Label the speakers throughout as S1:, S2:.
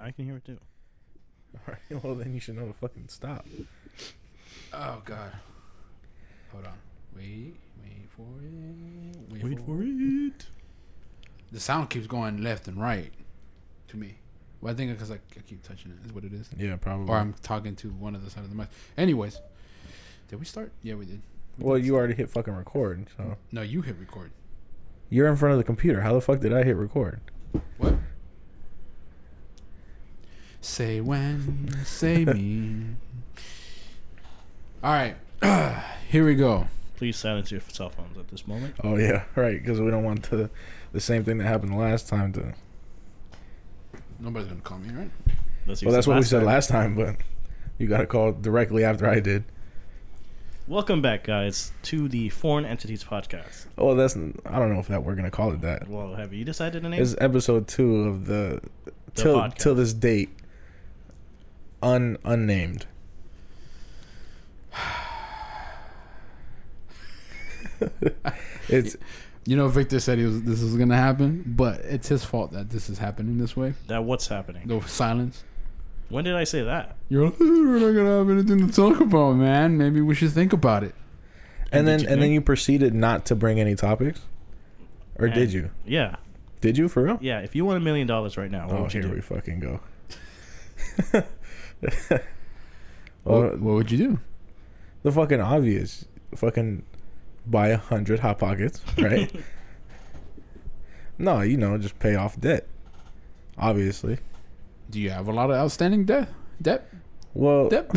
S1: I can hear it too.
S2: All right. Well, then you should know to fucking stop.
S3: Oh god. Hold on. Wait, wait for it. Wait,
S1: Wait for it.
S3: The sound keeps going left and right to me. Well, I think because I, I keep touching it is what it is.
S2: Yeah, probably.
S3: Or I'm talking to one of the side of the mic. Anyways, did we start? Yeah, we did.
S2: well, you already hit fucking record. So
S3: No, you hit record.
S2: you're in front of the computer. How the fuck did I hit record?
S3: What? Say when, say me. All right, here we go.
S1: Please silence your cell phones at this moment.
S2: Oh yeah, right. Because we don't want the the same thing that happened last time to.
S3: Nobody's gonna call me, right?
S2: Well, that's what we said last time, but you got to call directly after I did.
S1: Welcome back, guys, to the Foreign Entities Podcast.
S2: Oh, that's I don't know if that we're gonna call it that.
S1: Well, have you decided the name?
S2: It's episode two of the,
S1: The
S2: till
S1: podcast.
S2: till this date, un unnamed. it's
S3: You know, Victor said he was this was gonna happen, but it's his fault that this is happening this way.
S1: that what's happening?
S3: The silence.
S1: When did I say that?
S3: You're like, we're not gonna have anything to talk about, man. Maybe we should think about it.
S2: and
S1: did
S2: then
S1: you
S2: and then
S1: know?
S2: you proceeded not to bring any topics, or did
S1: And-
S2: you?
S1: Yeah,
S2: Did you for real?
S1: yeah. If you won a million dollars right now, what
S2: Oh,
S1: would you
S2: here
S1: do?
S2: we fucking go.
S3: what,
S2: well,
S3: what would you do?
S2: the fucking obvious, fucking buy a hundred hot pockets, right? no, you know, just pay off debt. Obviously,
S3: Do you have a lot of outstanding debt? Debt?
S2: well,
S3: Debt?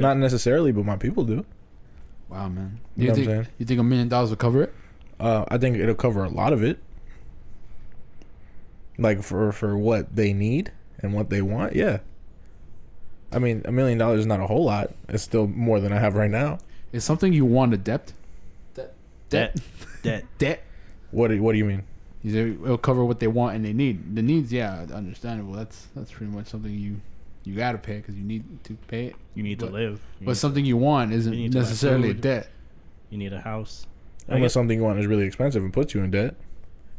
S2: not necessarily, but my people do.
S3: wow, man.
S2: You
S3: You
S2: know what I'm
S3: think
S2: saying?
S3: you think a million dollars will cover it?
S2: Uh, I think it'll cover a lot of it, like for for what they need and what they want. Yeah, I mean, a million dollars is not a whole lot. It's still more than I have right now.
S3: Is something you want a debt? Debt.
S1: Debt,
S3: Debt.
S1: debt.
S3: Debt.
S2: What do, what do you mean?
S3: Is it- It'll cover what they want and they need. The needs, yeah, understandable. That's that's pretty much something you you gotta pay because you need to pay it.
S1: You need
S3: But-
S1: to live. You
S3: But
S1: need,
S3: something you want isn't
S1: You need to buy
S3: necessarily a
S1: food.
S3: debt.
S1: you need a house. I
S2: Unless
S1: guess-
S2: something you want is really expensive and puts you in debt,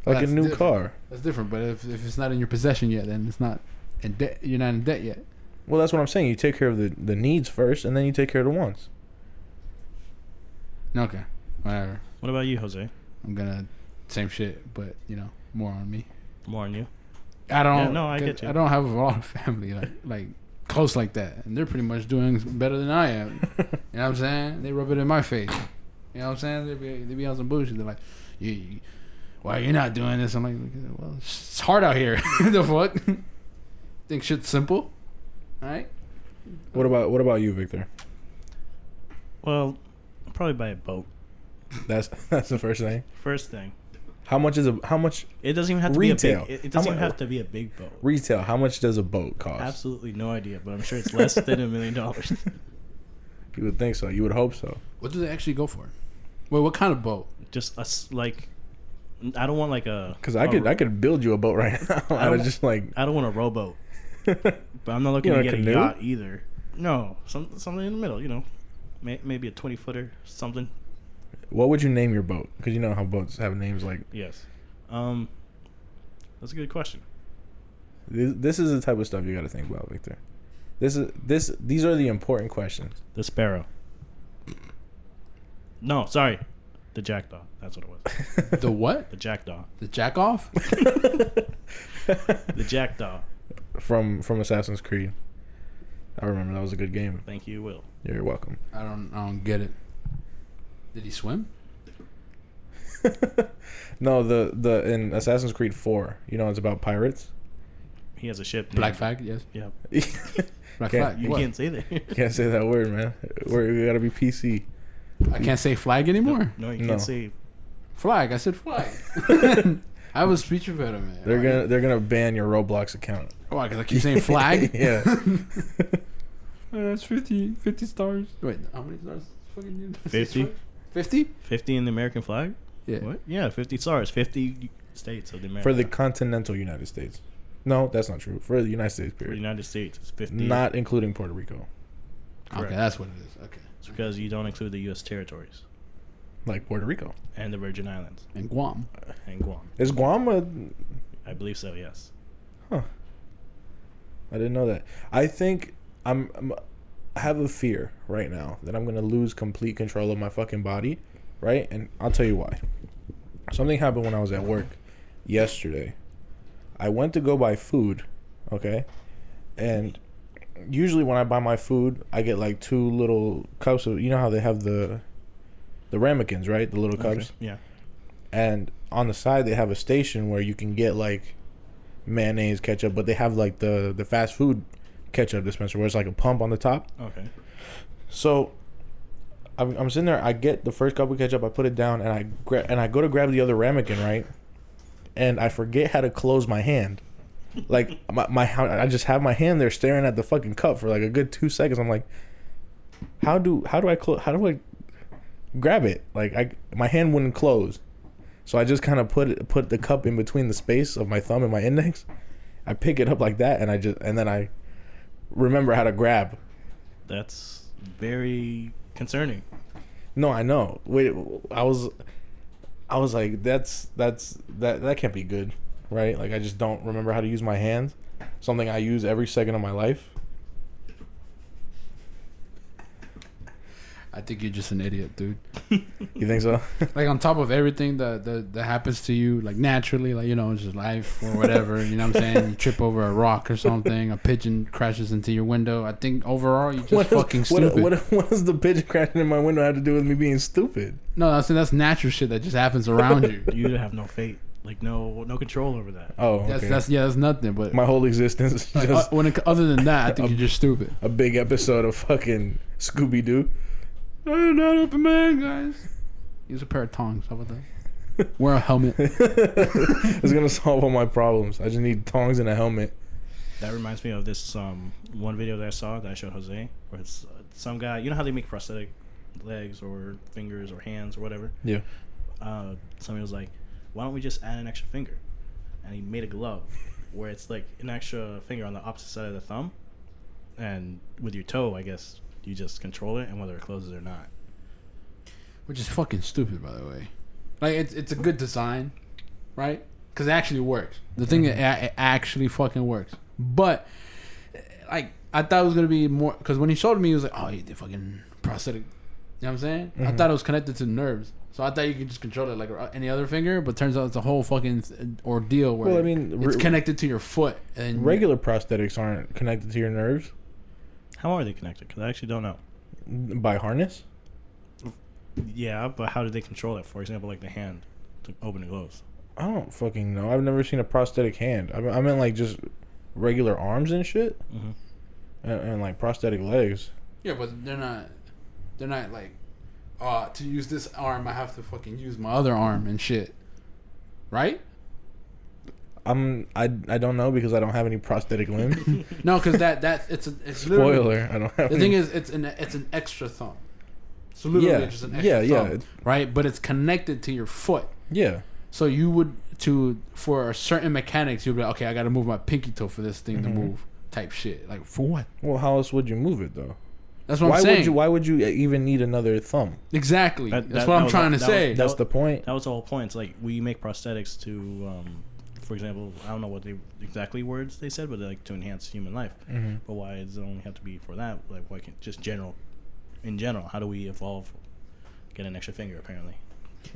S3: Well,
S2: like a
S3: that's
S2: new
S3: different.
S2: car.
S3: That's different. But if, if it's not in your possession yet, then it's not in debt. You're not in debt yet.
S2: Well, that's what I'm saying. You take care of the, the needs first, and then you take care of the wants.
S3: Okay, whatever.
S1: What about you, Jose?
S3: I'm gonna same shit, but you know more on me.
S1: More on you.
S3: I don't.
S1: Yeah, no, I get you.
S3: I don't have a lot of family like like close like that, and they're pretty much doing better than I am. you know what I'm saying? They rub it in my face. You know what I'm saying? They be they be on some bullshit. They're like, you, you why you're not doing this? I'm like, well, it's hard out here. the fuck? Think shit's simple, all right?
S2: What about what about you, Victor?
S1: Well, I'll probably buy a boat.
S2: That's that's the first thing.
S1: First thing,
S2: How much is a how much
S1: it doesn't even have to
S2: Retail.
S1: be a big. It, it
S2: How
S1: doesn't even
S2: mu-
S1: have to be a big boat.
S2: retail? How much does a boat cost?
S1: Absolutely no idea, but I'm sure it's less than a million dollars.
S2: You would think so. You would hope so.
S3: What do they actually go for? Wait, what kind of boat?
S1: Just us, like, I don't want like a
S2: Because I could I could build you a boat right now. I
S1: don't-
S2: was just like
S1: Oh, I don't want a rowboat, but I'm not looking
S2: You
S1: to
S2: want
S1: get
S2: a
S1: a
S2: canoe?
S1: yacht either. No, some, something in the middle, you know, May, maybe a 20 footer, something.
S2: what would you name your boat? Because you know how boats have names like
S1: Yes, um, that's a good question.
S2: this, this is the type of stuff you got to think about, Victor. This is this these are the important questions.
S1: The sparrow. No, sorry, the jackdaw. That's what it was.
S3: The what?
S1: The jackdaw.
S3: The jack off?
S1: The jackdaw.
S2: from from Assassin's Creed. I remember that was a good game.
S1: Thank you, Will.
S2: You're welcome.
S3: I don't. I don't get it. Did he swim?
S2: No, the the in Assassin's Creed Four, you know, it's about pirates.
S1: He has a ship.
S3: Black
S1: named-
S3: flag? Yes.
S1: Yeah,
S2: Can't-
S3: Black flag.
S1: you
S3: What?
S1: can't say that.
S2: Can't say that word, man. We're, we gotta be PC.
S3: I can't say flag anymore.
S1: No, you
S2: No.
S1: can't say
S3: Flag. I said flag. I have a speech impediment.
S2: They're gonna they're gonna ban your Roblox account.
S3: Why? Because I keep saying flag.
S2: yeah.
S3: that's 50, 50 stars. Wait, how many stars? Fucking
S1: 50.
S3: Fifty?
S1: 50 in the American flag.
S3: Yeah.
S1: What? Yeah, 50 stars, 50 states of the America.
S2: For the continental United States. No, that's not true. For the United States,
S1: For the
S2: period.
S1: United States, it's 50.
S2: Not including Puerto Rico,
S3: Okay,
S1: Correct.
S3: that's what it is. Okay.
S1: It's because you don't include the U.S. territories
S2: like Puerto Rico.
S1: and the Virgin Islands
S3: And Guam.
S1: and Guam.
S2: Is Guam a?
S1: I believe so. Yes.
S2: I didn't know that. I think I'm, I'm I have a fear right now that I'm gonna lose complete control of my fucking body, right? And I'll tell you why. Something happened when I was at work yesterday. I went to go buy food, okay? And usually when I buy my food, I get like two little cups of you know how they have the the ramekins, right? The little cups
S1: Okay, Yeah.
S2: and on the side they have a station where you can get like mayonnaise ketchup but they have like the the fast food ketchup dispenser where it's like a pump on the top
S1: Okay.
S2: so i'm, I'm sitting there i get the first cup of ketchup i put it down and i gra- and i go to grab the other ramekin right and i forget how to close my hand like my, my how- i just have my hand there staring at the fucking cup for like a good two seconds i'm like how do how do i close how do i grab it like i my hand wouldn't close so I just kind of put it, put the cup in between the space of my thumb and my index. I pick it up like that, and I just and then I remember how to grab.
S1: That's very concerning.
S2: No, I know. Wait, I was, I was like, that's that's that that can't be good, right? Like I just don't remember how to use my hands. Something I use every second of my life.
S3: I think you're just an idiot, dude.
S2: You think so?
S3: Like on top of everything that, that that happens to you, like naturally, like you know, it's just life or whatever. you know what I'm saying? You trip over a rock or something. A pigeon crashes into your window. I think overall, you're just
S2: What is-
S3: fucking stupid.
S2: What, what what does the pigeon crashing in my window have to do with me being stupid?
S3: no, I'm saying that's natural shit that just happens around you.
S1: You have no fate, like no no control over that.
S2: Oh,
S3: That's
S2: okay.
S3: that's yeah, that's nothing. But
S2: my Um, whole existence is
S3: like,
S2: just
S3: uh, when it, other than that, I think you're just stupid.
S2: a big episode of fucking Scooby Doo.
S3: I'm not open man, guys. Use a pair of tongs. How about that? Wear a helmet.
S2: it's gonna solve all my problems. I just need tongs and a helmet.
S1: That reminds me of this um one video that I saw that I showed Jose, where it's uh, some guy. You know how they make prosthetic legs or fingers or hands or whatever.
S2: Yeah.
S1: Uh, somebody was like, "Why don't we just add an extra finger?" And he made a glove where it's like an extra finger on the opposite side of the thumb, and with your toe, I guess you just control it and whether it closes or not.
S3: which is fucking stupid, by the way. Like it's it's a good design, right? Because it actually works. The thing
S2: Mm-hmm.
S3: it, it actually fucking works. But eh, like I thought it was gonna be more because when he showed me, he was like, "Oh, you did fucking prosthetic." You know what I'm saying?
S2: Mm-hmm.
S3: I thought it was connected to nerves, so I thought you could just control it like uh, any other finger. But turns out it's a whole fucking s- ordeal where
S2: Well, I mean,
S3: it's
S2: re-
S3: connected to your foot and
S2: Regular prosthetics aren't connected to your nerves
S1: How are they connected? Because I actually don't know.
S2: by harness.
S1: Yeah, but how do they control it? For example, like the hand to open and close.
S2: I don't fucking know. I've never seen a prosthetic hand. I, mean, I meant like just regular arms and shit,
S3: Mm-hmm.
S1: Mhm.
S2: and, and like prosthetic legs.
S3: Yeah, but they're not. They're not like, uh, to use this arm, I have to fucking use my other arm and shit, right?
S2: I'm I, I don't know because I don't have any prosthetic limbs.
S3: No, because that that it's a it's literally-
S2: Spoiler, I don't have.
S3: The
S2: any.
S3: thing is, it's an it's an extra thumb. It's literally
S2: Yeah,
S3: just an
S2: yeah,
S3: extra
S2: yeah.
S3: thumb, right? But it's connected to your foot,
S2: yeah,
S3: so you would to for certain mechanics, you'd be like, okay, I got to move my pinky toe for this thing to
S1: Mm-hmm.
S3: move, type shit. Like for what?
S2: well, how else would you move it though?
S3: That's what
S2: Why
S3: I'm saying.
S2: would you? Why would you uh, even need another thumb?
S3: exactly.
S1: That-
S3: That's
S1: that-
S3: what
S1: that
S3: I'm
S1: was-
S3: trying to
S1: that was-
S3: say.
S2: That's
S1: That-
S2: the point.
S1: That was the whole point. It's like we make prosthetics to, um, for example, I don't know what they exactly words they said, but like to enhance human life.
S3: Mm-hmm.
S1: But why does it only have to be for that? Like why can't just general, in general? How do we evolve? Get an extra finger, apparently.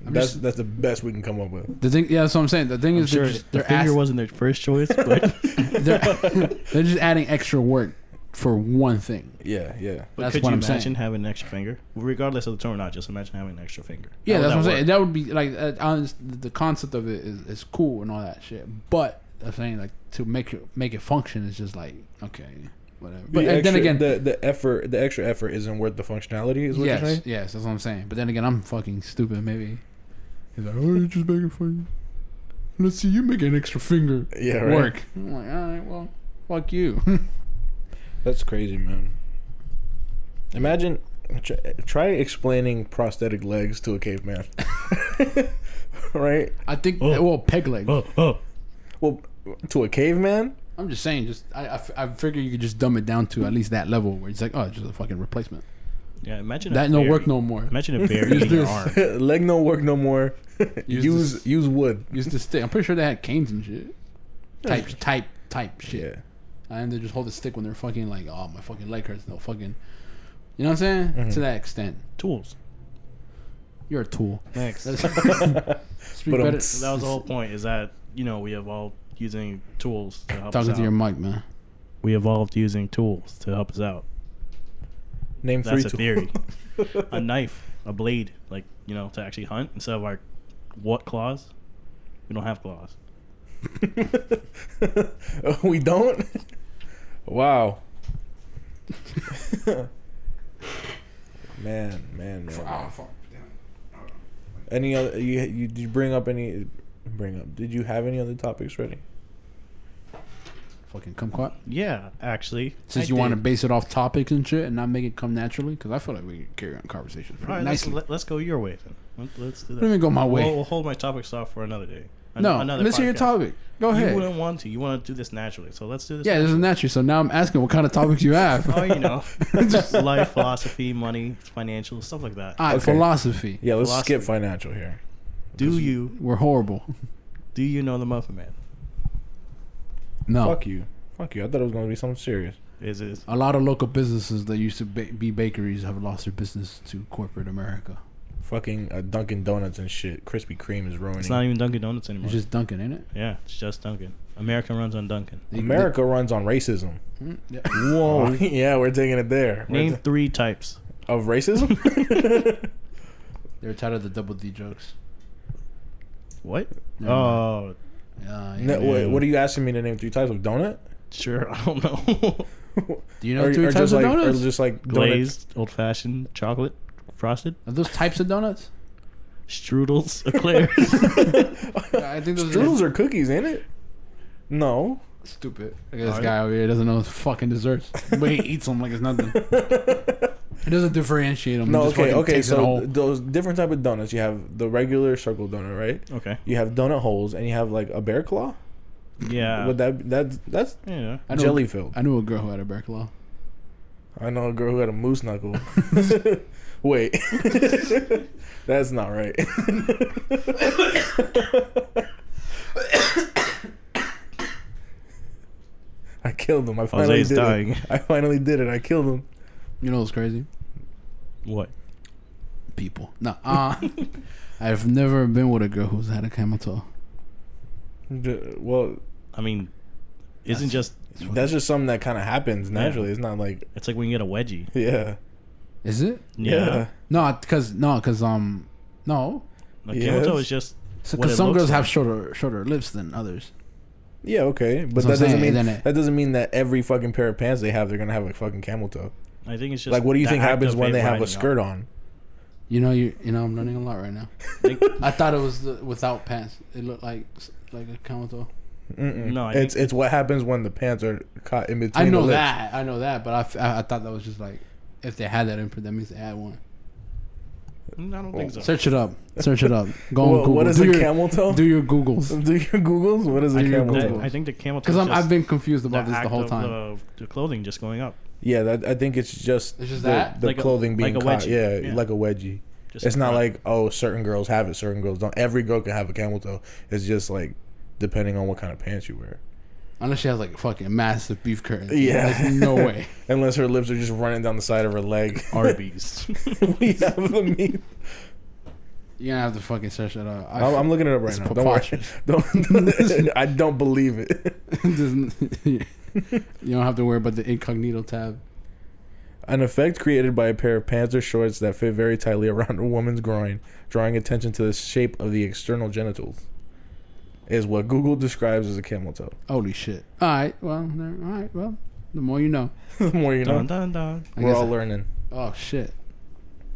S2: That's
S3: just-
S2: that's the best we can come up with.
S3: the thing, yeah, that's what I'm saying. The thing is, they're,
S1: Sure,
S3: just,
S1: the
S3: they're
S1: finger
S3: ass-
S1: wasn't their first choice, but,
S3: they're, they're just adding extra work for one thing.
S2: Yeah, yeah.
S1: but
S3: That's
S1: could
S3: what
S1: you
S3: I'm saying.
S1: imagine having an extra finger, regardless of the term or not? Just imagine having an extra finger.
S3: Yeah,
S1: How would
S3: that's what I'm
S1: that work?
S3: saying. That would be like uh, honest, the concept of it is, is cool and all that shit. But I'm saying like to make it make it function is just like okay, whatever. But
S2: the
S3: and
S2: extra,
S3: then again,
S2: the, the effort, the extra effort isn't worth the functionality. Is what you're
S3: yes,
S2: saying?
S3: yes, that's what I'm saying. But then again, I'm fucking stupid. Maybe he's like, oh, you just making fun. Let's see you make an extra finger
S2: Yeah, right.
S3: work. I'm like, all right, well, fuck you.
S2: That's crazy, man. Imagine tr- try explaining prosthetic legs to a caveman, right?
S3: I think
S1: Oh.
S3: well, peg leg.
S1: Oh, oh.
S2: Well, to a caveman,
S3: I'm just saying, just I, I, f- I figure you could just dumb it down to at least that level where it's like, oh, it's just a fucking replacement.
S1: Yeah, imagine a
S3: That no
S1: bear-
S3: work no more.
S1: Imagine a bear eating your
S3: this.
S1: arm.
S2: leg no work no more.
S3: Use
S2: use use,
S3: this-
S2: wood.
S3: Used to stick. I'm pretty sure they had canes and shit. Type, type, type shit.
S2: Yeah,
S3: and they just hold the stick when they're fucking like, oh, my fucking leg hurts. No fucking, you know what I'm saying? To that extent,
S1: Tools.
S3: you're a tool.
S1: Next.
S3: That's-
S1: that
S3: Speak
S2: But, um,
S3: better.
S2: tss.
S1: was the whole point. Is that you know we evolved using tools to help us
S3: Talking
S1: out.
S3: to your mic, man.
S1: we evolved using tools to help us out.
S2: Name
S1: That's
S2: three
S1: a theory. a knife, a blade, like you know, to actually hunt instead of our what claws. We don't have claws.
S2: tools. we don't. Wow. man, man, man.
S3: Oh, fuck. Damn.
S2: Any other? You, you did you bring up any? Bring up. Did you have any other topics ready?
S3: Fucking kumquat.
S1: Yeah, actually.
S3: Since
S1: I
S3: you want to
S1: did.
S3: base it off topics and shit and not make it come naturally, because I feel like we can carry on conversations pretty
S1: All right, let's,
S3: nicely.
S1: let, us go your way. Then. Let- Let's do that.
S3: Let me go my way.
S1: We'll, we'll hold my topics off for another day. An-
S3: no,
S1: another
S3: let's hear your
S1: podcast.
S3: topic. Go
S1: You
S3: ahead.
S1: wouldn't want to. You want to do this naturally. So let's do this.
S3: yeah, this is natural. So now I'm asking what kind of topics you have.
S1: Oh, you know, just life, philosophy, money, financial stuff like that.
S3: All right,
S2: Okay.
S3: philosophy.
S2: Yeah, let's
S1: Philosophy.
S2: skip financial here.
S1: do you
S3: We're horrible.
S1: do you know the Muffin Man?
S3: No.
S2: Fuck you. Fuck you. I thought it was gonna be something serious.
S1: Is is
S3: A lot of local businesses that used to ba- be bakeries have lost their business to corporate America.
S2: Fucking uh, Dunkin' Donuts and shit. Krispy Kreme is ruining.
S1: it's not even Dunkin' Donuts anymore.
S3: It's just Dunkin', ain't it?
S1: yeah, it's just Dunkin'. America runs on Dunkin'.
S3: They-
S2: America runs on racism.
S3: they- mm, yeah.
S2: Whoa. yeah, we're taking it there. We're
S1: Name
S2: ta-
S1: three types.
S2: of racism.
S3: They're tired of the double D jokes.
S1: What?
S3: Never
S1: Oh,
S3: Uh,
S2: no,
S3: yeah.
S2: wait, what are you asking me to name three types of donut?
S1: sure. I don't know.
S3: Do you know three types
S2: just like,
S3: of donuts?
S2: Or just like donut-
S1: Glazed, old fashioned, chocolate, frosted,
S3: Are those types of donuts?
S1: strudels, eclairs.
S3: I think those
S2: Strudels are cookies, ain't it? No.
S3: stupid. Look at this
S1: Are
S3: guy over here doesn't know his fucking desserts, but he eats them like it's nothing. He doesn't differentiate them.
S2: No.
S3: he just
S2: Okay.
S3: fucking
S2: Okay.
S3: takes it
S2: So
S3: all.
S2: th- those different type of donuts. You have the regular circle donut, right?
S1: okay.
S2: You have donut holes, and you have like a bear claw.
S1: Yeah.
S2: Would that that's that's
S1: yeah.
S3: I know-
S2: jelly filled?
S3: I knew a girl who had a bear claw.
S2: I know a girl who had a moose knuckle. Wait, that's not right. I killed him. I finally
S1: Jose's
S2: did
S1: dying.
S2: it. I finally did it. I killed him.
S3: You know what's crazy?
S1: What?
S3: People. No. Uh, I've never been with a girl who's had a camel toe.
S2: D- Well,
S1: I mean, isn't just
S2: that's just something that kind of happens naturally. It's not like
S1: it's like when you get a wedgie.
S2: yeah,
S3: Is it?
S2: yeah.
S3: No, because no, because um, no,
S1: Like, camel toe
S2: Yes.
S1: is just what
S3: because
S1: it
S3: some
S1: looks
S3: girls
S1: like.
S3: have shorter shorter lips than others.
S2: Yeah, okay, but
S3: That's what
S2: that
S3: I'm
S2: doesn't
S3: saying,
S2: mean
S3: and then it-
S2: that doesn't mean that every fucking pair of pants they have, they're gonna have a fucking camel toe.
S1: I think it's just
S2: Like, what do you
S1: the
S2: think
S1: act
S2: happens
S1: of
S2: when
S1: it
S2: they have
S1: riding
S2: a
S1: on.
S2: skirt on?
S3: You know, you you know, I'm learning a lot right now.
S1: Think-
S3: I thought it was the, without pants. It looked like like a camel toe.
S2: Mm-mm.
S1: No, I
S2: it's it's what happens when the pants are caught in between.
S3: I
S2: the
S3: know
S2: lips.
S3: that. I know that. But I f- I, I thought that was just like if they had that input, that means they had one.
S1: Mm, I don't think so.
S3: Search it up. Search it up. Go on
S2: Wha-
S3: Google.
S2: what is
S3: do
S2: a
S3: your,
S2: camel toe? Do,
S3: Do your Googles.
S2: your googles? What is a
S3: Do your
S2: camel
S1: That-
S2: toe?
S3: Googles.
S1: I think the camel toe.
S3: Because
S1: is
S3: I'm
S1: just
S3: I've been confused about
S1: the
S3: this
S1: act
S3: the whole
S1: of uh,
S3: time.
S1: The, the clothing just going up.
S2: Yeah, that, I think it's just
S3: It's just
S2: the,
S3: that?
S2: the
S1: Like a-
S2: clothing
S1: like
S2: being
S1: a
S2: caught.
S1: wedgie.
S2: Yeah,
S1: Yeah.
S2: like a wedgie.
S1: Just
S2: It's not
S1: front.
S2: like oh, certain girls have it, certain girls don't. Every girl can have a camel toe. It's just like depending on what kind of pants you wear.
S3: Unless she has like fucking massive beef curtains.
S2: Yeah.
S3: There's no way.
S2: Unless her lips are just running down the side of her leg.
S1: Arby's.
S2: we have the meat.
S3: You're gonna have to fucking search it up. I
S2: I'm, I'm looking it up right
S3: It's
S2: now. Don't worry.
S3: preposterous.
S2: Don't. I don't believe it.
S3: Doesn't- you don't have to worry about the incognito tab.
S2: An effect created by a pair of pants or shorts that fit very tightly around a woman's groin, drawing attention to the shape of the external genitals, is what Google describes as a camel toe.
S3: Holy shit! All right, well, there- all right, well, the more you know.
S2: the more you know,
S1: dun dun dun.
S3: I
S2: we're
S3: guess-
S2: all learning.
S3: Oh shit!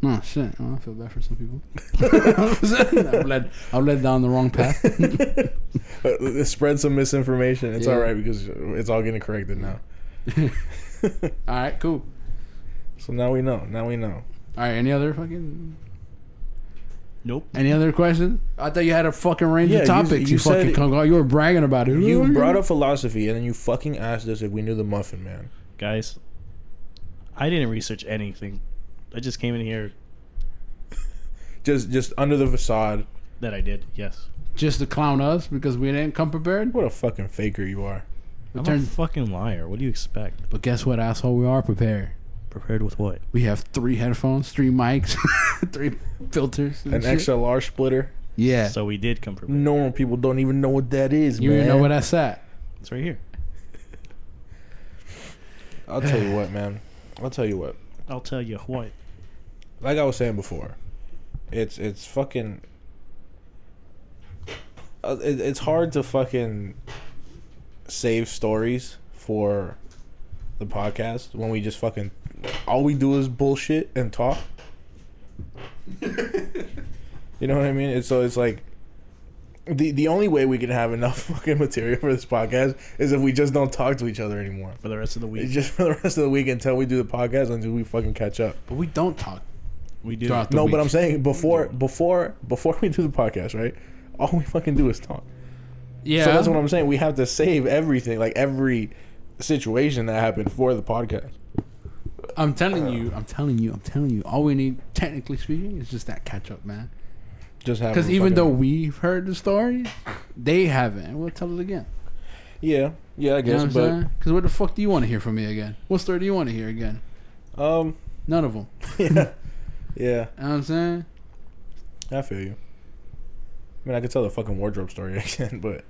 S3: Oh shit! Oh, I feel bad for some people. I've led, I've led down the wrong path.
S2: Uh, Spread some misinformation. It's
S3: Yeah.
S2: all right because it's all getting corrected now.
S3: all right, cool.
S2: So now we know. Now we know.
S3: All right, any other fucking
S1: Nope.
S3: any other questions? I thought you had a fucking range
S2: Yeah, you-
S3: of topics. You,
S2: you said
S3: fucking
S2: it-
S3: come out. You were bragging about it.
S2: You brought up philosophy and then you fucking asked us if we knew the muffin man.
S1: guys i didn't research anything i just came in here
S2: Just just under the facade.
S1: that i did yes
S3: just to clown us because we didn't come prepared.
S2: What a fucking faker you are.
S3: We
S1: I'm a
S3: turned,
S1: fucking liar. What do you expect?
S3: but guess what, asshole? We are prepared.
S1: Prepared with what?
S3: We have three headphones, three mics, three filters, and
S2: An
S3: shit.
S2: XLR splitter.
S3: Yeah,
S1: So we did come prepared.
S2: Normal people don't even know what that is,
S3: you
S2: man.
S3: even know where that's at.
S1: It's right here.
S2: I'll tell you what, man. I'll tell you what.
S1: I'll tell you what.
S2: Like I was saying before, it's it's fucking. Uh, it, it's hard to fucking save stories for the podcast when we just fucking all we do is bullshit and talk. you know what I mean? It's so it's like the the only way we can have enough fucking material for this podcast is if we just don't talk to each other anymore.
S1: For the rest of the
S2: It's
S1: week,
S2: just for the rest of the week until we do the podcast until we fucking catch up.
S3: But we don't talk.
S1: we do.
S3: Throughout the
S2: No, but
S3: week.
S2: I'm saying before before before we do the podcast, right? All we fucking do is talk.
S3: Yeah,
S2: So that's what I'm saying. We have to save everything, like every situation that happened for the podcast.
S3: I'm telling you, I'm telling you, I'm telling you. All we need, technically speaking, is just that catch up, man.
S2: Just have
S3: Because even though we've heard the story, they haven't, and we'll tell it again.
S2: yeah, yeah, I
S3: You know
S2: guess,
S3: what I'm saying? Because what the fuck do you want to hear from me again? What story do you want to hear again?
S2: but um,
S3: None of them.
S2: yeah, yeah,
S3: You know what I'm saying?
S2: I feel you. I mean, I could tell the fucking wardrobe story again, but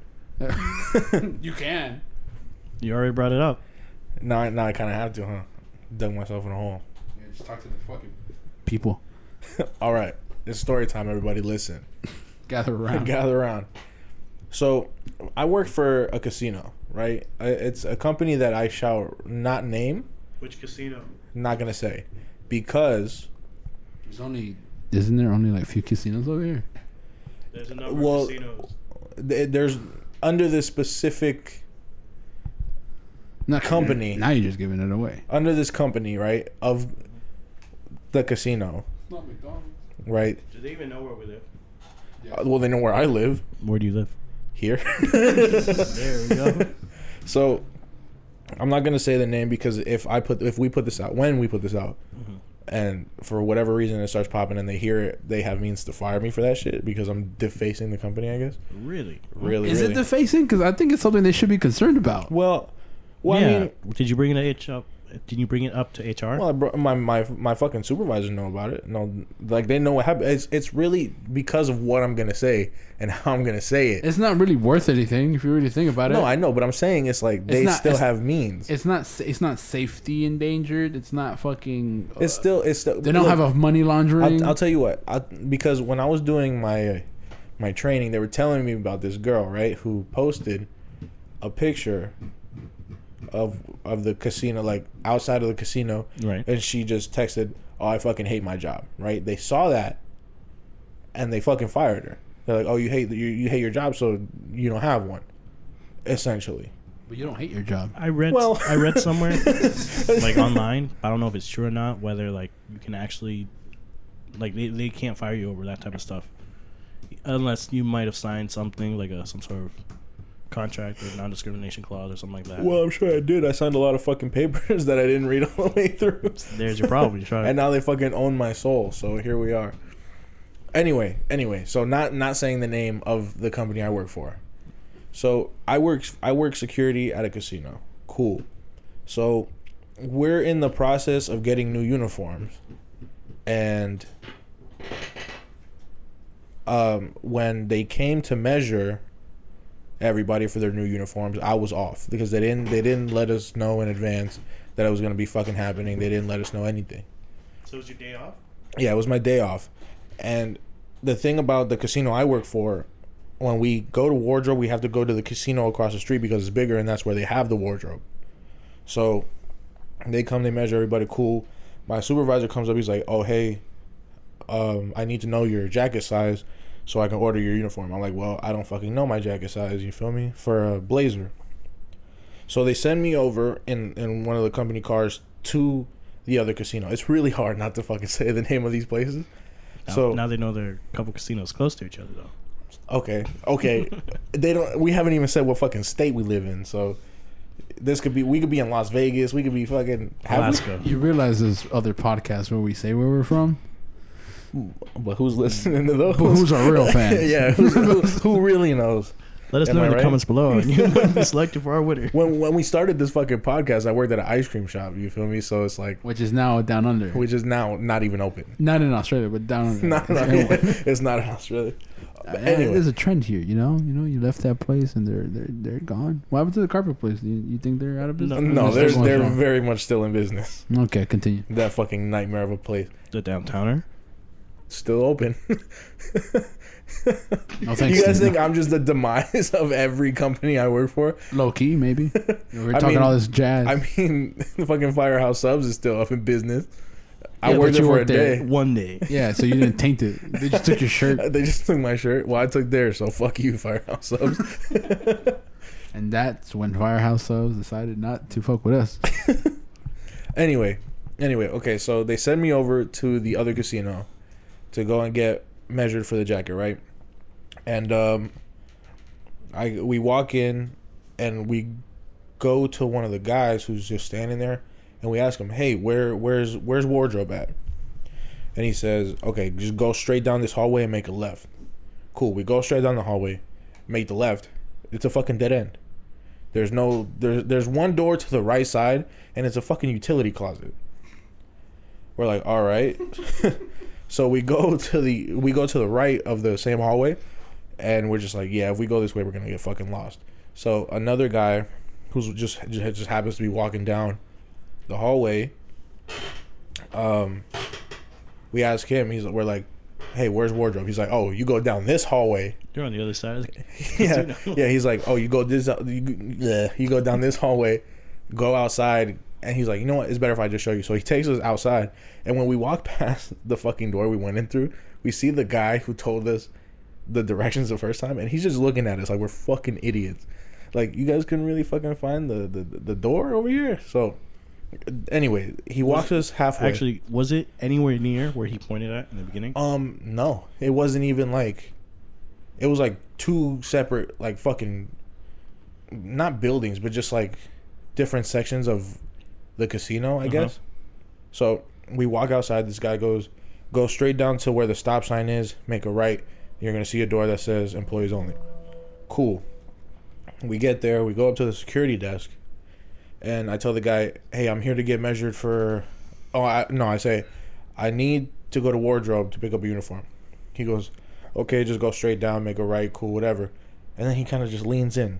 S3: you can.
S1: You already brought it up.
S2: now, I- now I kind of have to, huh? Dug myself in a hole.
S3: Yeah, just talk to the fucking people.
S2: All right, it's story time, everybody. Listen.
S3: Gather
S2: and
S3: around.
S2: gather around. So, I work for a casino, right? I- It's a company that I shall not name,
S1: Which casino?
S2: not gonna say, because
S3: There's only, isn't there only like a few casinos over here?
S1: There's a
S2: of Well- casinos. th- there's under this specific
S3: Not
S2: Company.
S3: Now you're just giving it away.
S2: under this company, right, of the casino,
S3: It's not McDonald's.
S2: right?
S1: Do they even know where we live?
S2: Uh, Well, they know where I live
S1: Where do you live?
S2: here.
S1: There we go.
S2: So I'm not gonna say the name because if I put if we put this out when we put this out, and for whatever reason it starts popping and they hear it, they have means to fire me for that shit because I'm defacing the company. I guess
S1: really?
S2: really,
S3: Is
S2: really.
S3: it defacing? Because I think it's something they should be concerned about.
S2: well, well,
S1: yeah.
S2: I mean,
S1: did you bring it to H up? Did you bring it up to HR?
S2: well, I bro- my my my fucking supervisors know about it. No, like they know what happened. It's it's really because of what I'm gonna say and how I'm gonna say it.
S3: It's not really worth anything if you really think about it.
S2: no, I know, but I'm saying it's like they
S3: not-
S2: still
S3: it's-
S2: have means. It's,
S3: it's not. sa- It's not safety endangered. It's not fucking. uh,
S2: still it's still
S3: they don't
S2: look,
S3: have a money laundering.
S2: I'll, I'll tell you what, I, because when I was doing my my training, they were telling me about this girl, right, who posted a picture of of the casino, like outside of the casino,
S1: Right.
S2: and she just texted, "Oh, I fucking hate my job." Right? They saw that, and they fucking fired her. They're like, "Oh, you hate you, you hate your job, so you don't have one." Essentially,
S3: but you don't hate your job.
S1: I read
S2: Well-
S1: I read somewhere like online. I don't know if it's true or not. Whether like you can actually like they, they can't fire you over that type of stuff, unless you might have signed something like a some sort of contract or non discrimination clause or something like that.
S2: well, I'm sure I did. I signed a lot of fucking papers that I didn't read all the way through.
S1: There's your problem. You try
S2: and now they fucking own my soul. So here we are. Anyway, anyway, so not not saying the name of the company I work for. So I work I work security at a casino. Cool. So we're in the process of getting new uniforms, and um, when they came to measure everybody for their new uniforms, I was off because they didn't they didn't let us know in advance that it was gonna be fucking happening. They didn't let us know anything.
S1: So it's your day off.
S2: Yeah, it was my day off. And the thing about the casino I work for, when we go to wardrobe, we have to go to the casino across the street because it's bigger and that's where they have the wardrobe. So they come, they measure everybody cool. My supervisor comes up, he's like, Oh, hey, um, I need to know your jacket size so I can order your uniform. I'm like, Well, I don't fucking know my jacket size, you feel me? For a blazer. So they send me over in, in one of the company cars to the other casino. It's really hard not to fucking say the name of these places.
S1: Now,
S2: So-
S1: now they know there are a couple casinos close to each other though.
S2: Okay, okay. they don't. We haven't even said what fucking state we live in. So this could be. We could be in Las Vegas. We could be fucking have we-
S1: Alaska.
S3: You realize there's other podcasts where we say where we're from,
S2: But who's listening to those?
S3: but who's our real fans?
S2: yeah, who's, who, who really knows?
S1: Let us
S2: Am
S1: know
S2: I
S1: in the
S2: right?
S1: comments below. and You might be selected for our winner.
S2: When when we started this fucking podcast, I worked at an ice cream shop. You feel me? So it's like
S3: which is now down under.
S2: which is now not even open.
S3: Not in Australia, but down under.
S2: Not, not- it's not in Australia.
S3: Uh,
S2: But anyway,
S3: There's a trend here, you know. You know, you left that place and they're they're they're gone. What happened to the carpet place? You, you think they're out of business?
S2: no,
S3: Unless
S2: they're
S3: going
S2: they're
S3: strong.
S2: very much still in business.
S3: okay. Continue.
S2: That fucking nightmare of a place
S1: The downtowner.
S2: still open.
S3: No thanks.
S2: you guys
S3: Steve.
S2: think I'm just the demise of every company I work for?
S3: low key? Maybe we're
S2: I
S3: talking
S2: mean,
S3: all this jazz.
S2: I mean, the fucking Firehouse Subs is still up in business. I
S3: Yeah, but
S2: worked there
S3: you
S2: for a
S3: worked there.
S2: day.
S1: One day.
S3: yeah, so you didn't taint it. They just took your shirt,
S2: They just took my shirt. Well, I took theirs, so fuck you, Firehouse Subs.
S3: and that's when Firehouse Subs decided not to fuck with us.
S2: anyway, anyway, okay, so they send me over to the other casino to go and get measured for the jacket, right? And um I we walk in and we go to one of the guys who's just standing there and we ask him, "Hey, where where's where's wardrobe at?" And he says, "Okay, just go straight down this hallway and make a left." Cool. We go straight down the hallway, make the left. It's a fucking dead end. There's no there's there's one door to the right side and it's a fucking utility closet. We're like, all right. so we go to the we go to the right of the same hallway and we're just like, yeah, if we go this way we're gonna get fucking lost. So another guy who's just just, just happens to be walking down the hallway, um we ask him, he's we're like, Hey, where's wardrobe? He's like, Oh, you go down this hallway
S1: You're on the other side.
S2: yeah, yeah. He's like, oh, you go this, you, yeah, you go down this hallway, go outside, and he's like, you know what? It's better if I just show you. So he takes us outside, and when we walk past the fucking door we went in through, we see the guy who told us the directions the first time, and he's just looking at us like we're fucking idiots. Like you guys couldn't really fucking find the the, the door over here. So anyway, he walks us halfway.
S1: Actually, was it anywhere near where he pointed at in the beginning?
S2: Um, no, it wasn't even like, it was like two separate like fucking, not buildings, but just like different sections of the casino, I
S1: Uh-huh.
S2: guess. So we walk outside. This guy goes, go straight down to where the stop sign is. Make a right. You're gonna see a door that says employees only. Cool. We get there. We go up to the security desk, and I tell the guy, "Hey, I'm here to get measured for." Oh, I, no, I say, "I need to go to wardrobe to pick up a uniform." He goes, "Okay, just go straight down, make a right, cool, whatever." And then he kind of just leans in.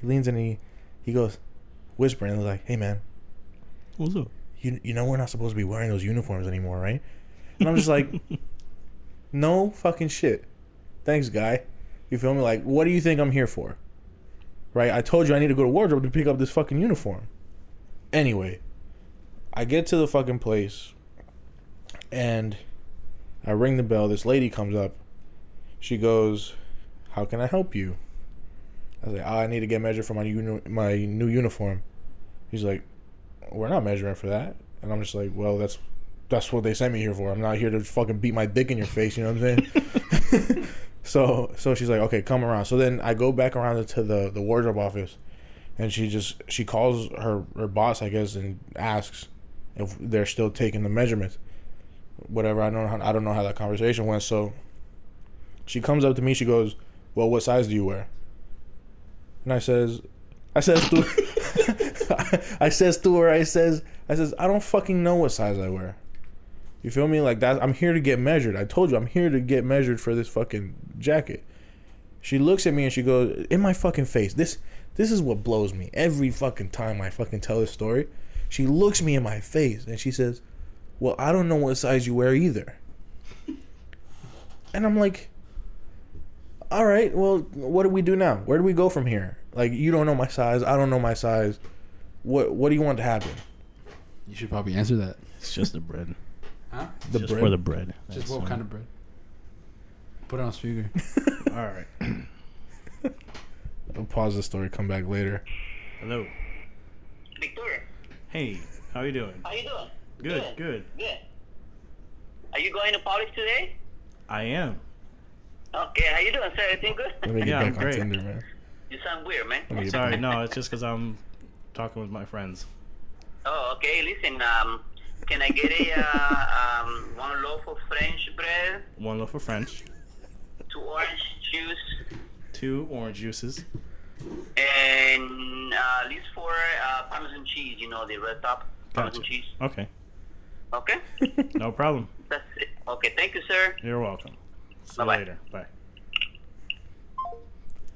S2: He leans in. And he he goes, whispering, and like, "Hey, man,
S1: What's up?
S2: you you know we're not supposed to be wearing those uniforms anymore, right?" And I'm just like, "No fucking shit. Thanks, guy. You feel me? Like, what do you think I'm here for? Right? I told you I need to go to wardrobe to pick up this fucking uniform. Anyway, I get to the fucking place, and I ring the bell. This lady comes up. She goes, "How can I help you?" I was like, oh, "I need to get measured for my uni- my new uniform." He's like, we're not measuring for that. And I'm just like, well, that's that's what they sent me here for. I'm not here to fucking beat my dick in your face. You know what I'm saying? so so she's like, okay, come around. So then I go back around to the the wardrobe office, and she just she calls her her boss, I guess, and asks if they're still taking the measurements. Whatever. I don't know how, I don't know how that conversation went. So she comes up to me. She goes, well, what size do you wear? And I says, I says to, I says to her, I says, I says, I don't fucking know what size I wear. You feel me? Like that, I'm here to get measured. I told you, I'm here to get measured for this fucking jacket. She looks at me and she goes, in my fucking face. This, this is what blows me every fucking time I fucking tell this story. She looks me in my face and she says, "Well, I don't know what size you wear either." And I'm like, all right, well, what do we do now? Where do we go from here? Like, you don't know my size. I don't know my size. What What do you want to happen?
S3: You should probably answer that.
S1: It's just the bread.
S3: Huh?
S2: The
S1: just
S2: bread.
S1: for the bread.
S3: Just what kind of bread? Put it on speaker.
S1: All right.
S2: I'll pause the story. Come back later.
S1: Hello.
S4: Victor,
S1: Hey, how you doing?
S4: how you doing?
S1: Good, good.
S4: Good. Are you going to college today?
S1: I am.
S4: Okay, how you doing, sir? Everything
S2: Let
S4: good?
S2: me get
S1: Yeah,
S2: back on
S1: great.
S2: Tinder, man.
S4: You sound weird, man.
S2: me-
S1: Sorry, no, it's just because I'm talking with my friends.
S4: Oh, okay. Listen, um, can I get a uh, um, one loaf of French bread,
S1: One loaf of French,
S4: two orange juice,
S1: two orange juices.
S4: and uh, at least for uh, Parmesan cheese, you know, the red top Parmesan
S1: Gotcha.
S4: cheese.
S1: Okay,
S4: Okay,
S1: no problem.
S4: that's it. Okay, thank you, sir.
S1: You're welcome. See
S4: Bye-bye.
S1: you later. Bye.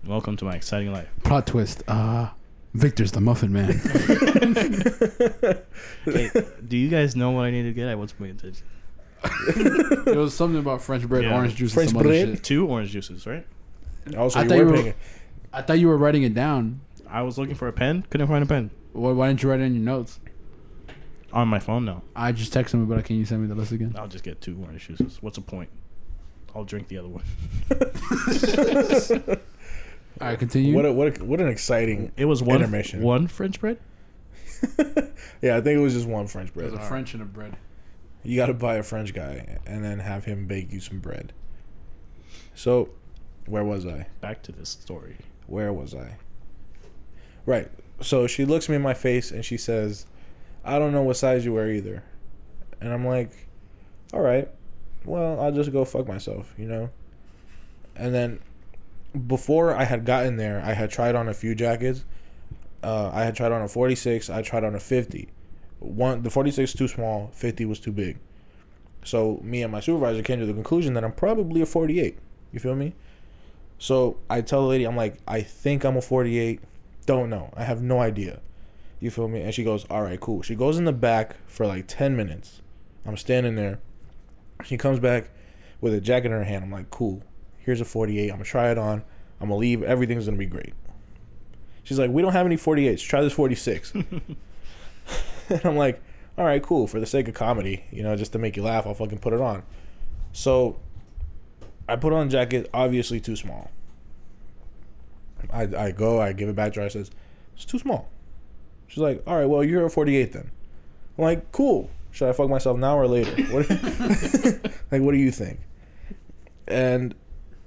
S1: Welcome to my exciting life.
S3: Plot twist. Uh, Victor's the muffin man.
S1: Hey, do you guys know what I need to get? I wasn't paying attention.
S3: there was something about French bread,
S1: Yeah.
S3: orange juice,
S2: French
S3: and some
S2: bread?
S3: other shit.
S1: Two orange juices, right?
S2: Also,
S3: I
S2: you
S3: thought
S2: were
S3: you were-
S2: paying.
S3: I thought you were writing it down.
S1: I was looking for a pen, couldn't find a pen
S3: Why, why didn't you write it in your notes?
S1: on my phone. No,
S3: I just texted him about it. Can you send me the list again?
S1: I'll just get two orange juices. What's the point? I'll drink the other one.
S3: All right, continue.
S2: What a, what a, what an exciting.
S1: It was one
S2: Intermission.
S1: one French bread.
S2: Yeah, I think it was just one French bread.
S3: There's a French and a bread.
S2: You got to buy a French guy and then have him bake you some bread. So, where was I?
S1: Back to this story.
S2: Where was I? Right. So she looks me in my face and she says, "I don't know what size you wear either." And I'm like, "All right. Well, I'll just go fuck myself, you know." And then before I had gotten there, I had tried on a few jackets. Uh, I had tried on a 46, I tried on a 50. One the 46 too small, 50 was too big. So me and my supervisor came to the conclusion that I'm probably a 48. You feel me? So I tell the lady, I'm like, I think I'm a 48. Don't know. I have no idea. You feel me? And she goes, All right, cool. She goes in the back for like 10 minutes. I'm standing there. She comes back with a jacket in her hand. I'm like, Cool. Here's a 48. I'm going to try it on. I'm going to leave. Everything's going to be great. She's like, We don't have any 48s. Try this 46. and I'm like, All right, cool. For the sake of comedy, you know, just to make you laugh, I'll fucking put it on. So I put on a jacket, obviously too small. I, I go, I give it back to her. I says, it's too small. She's like, all right, well, you're a 48 then. I'm like, cool. Should I fuck myself now or later? What, like, what do you think? And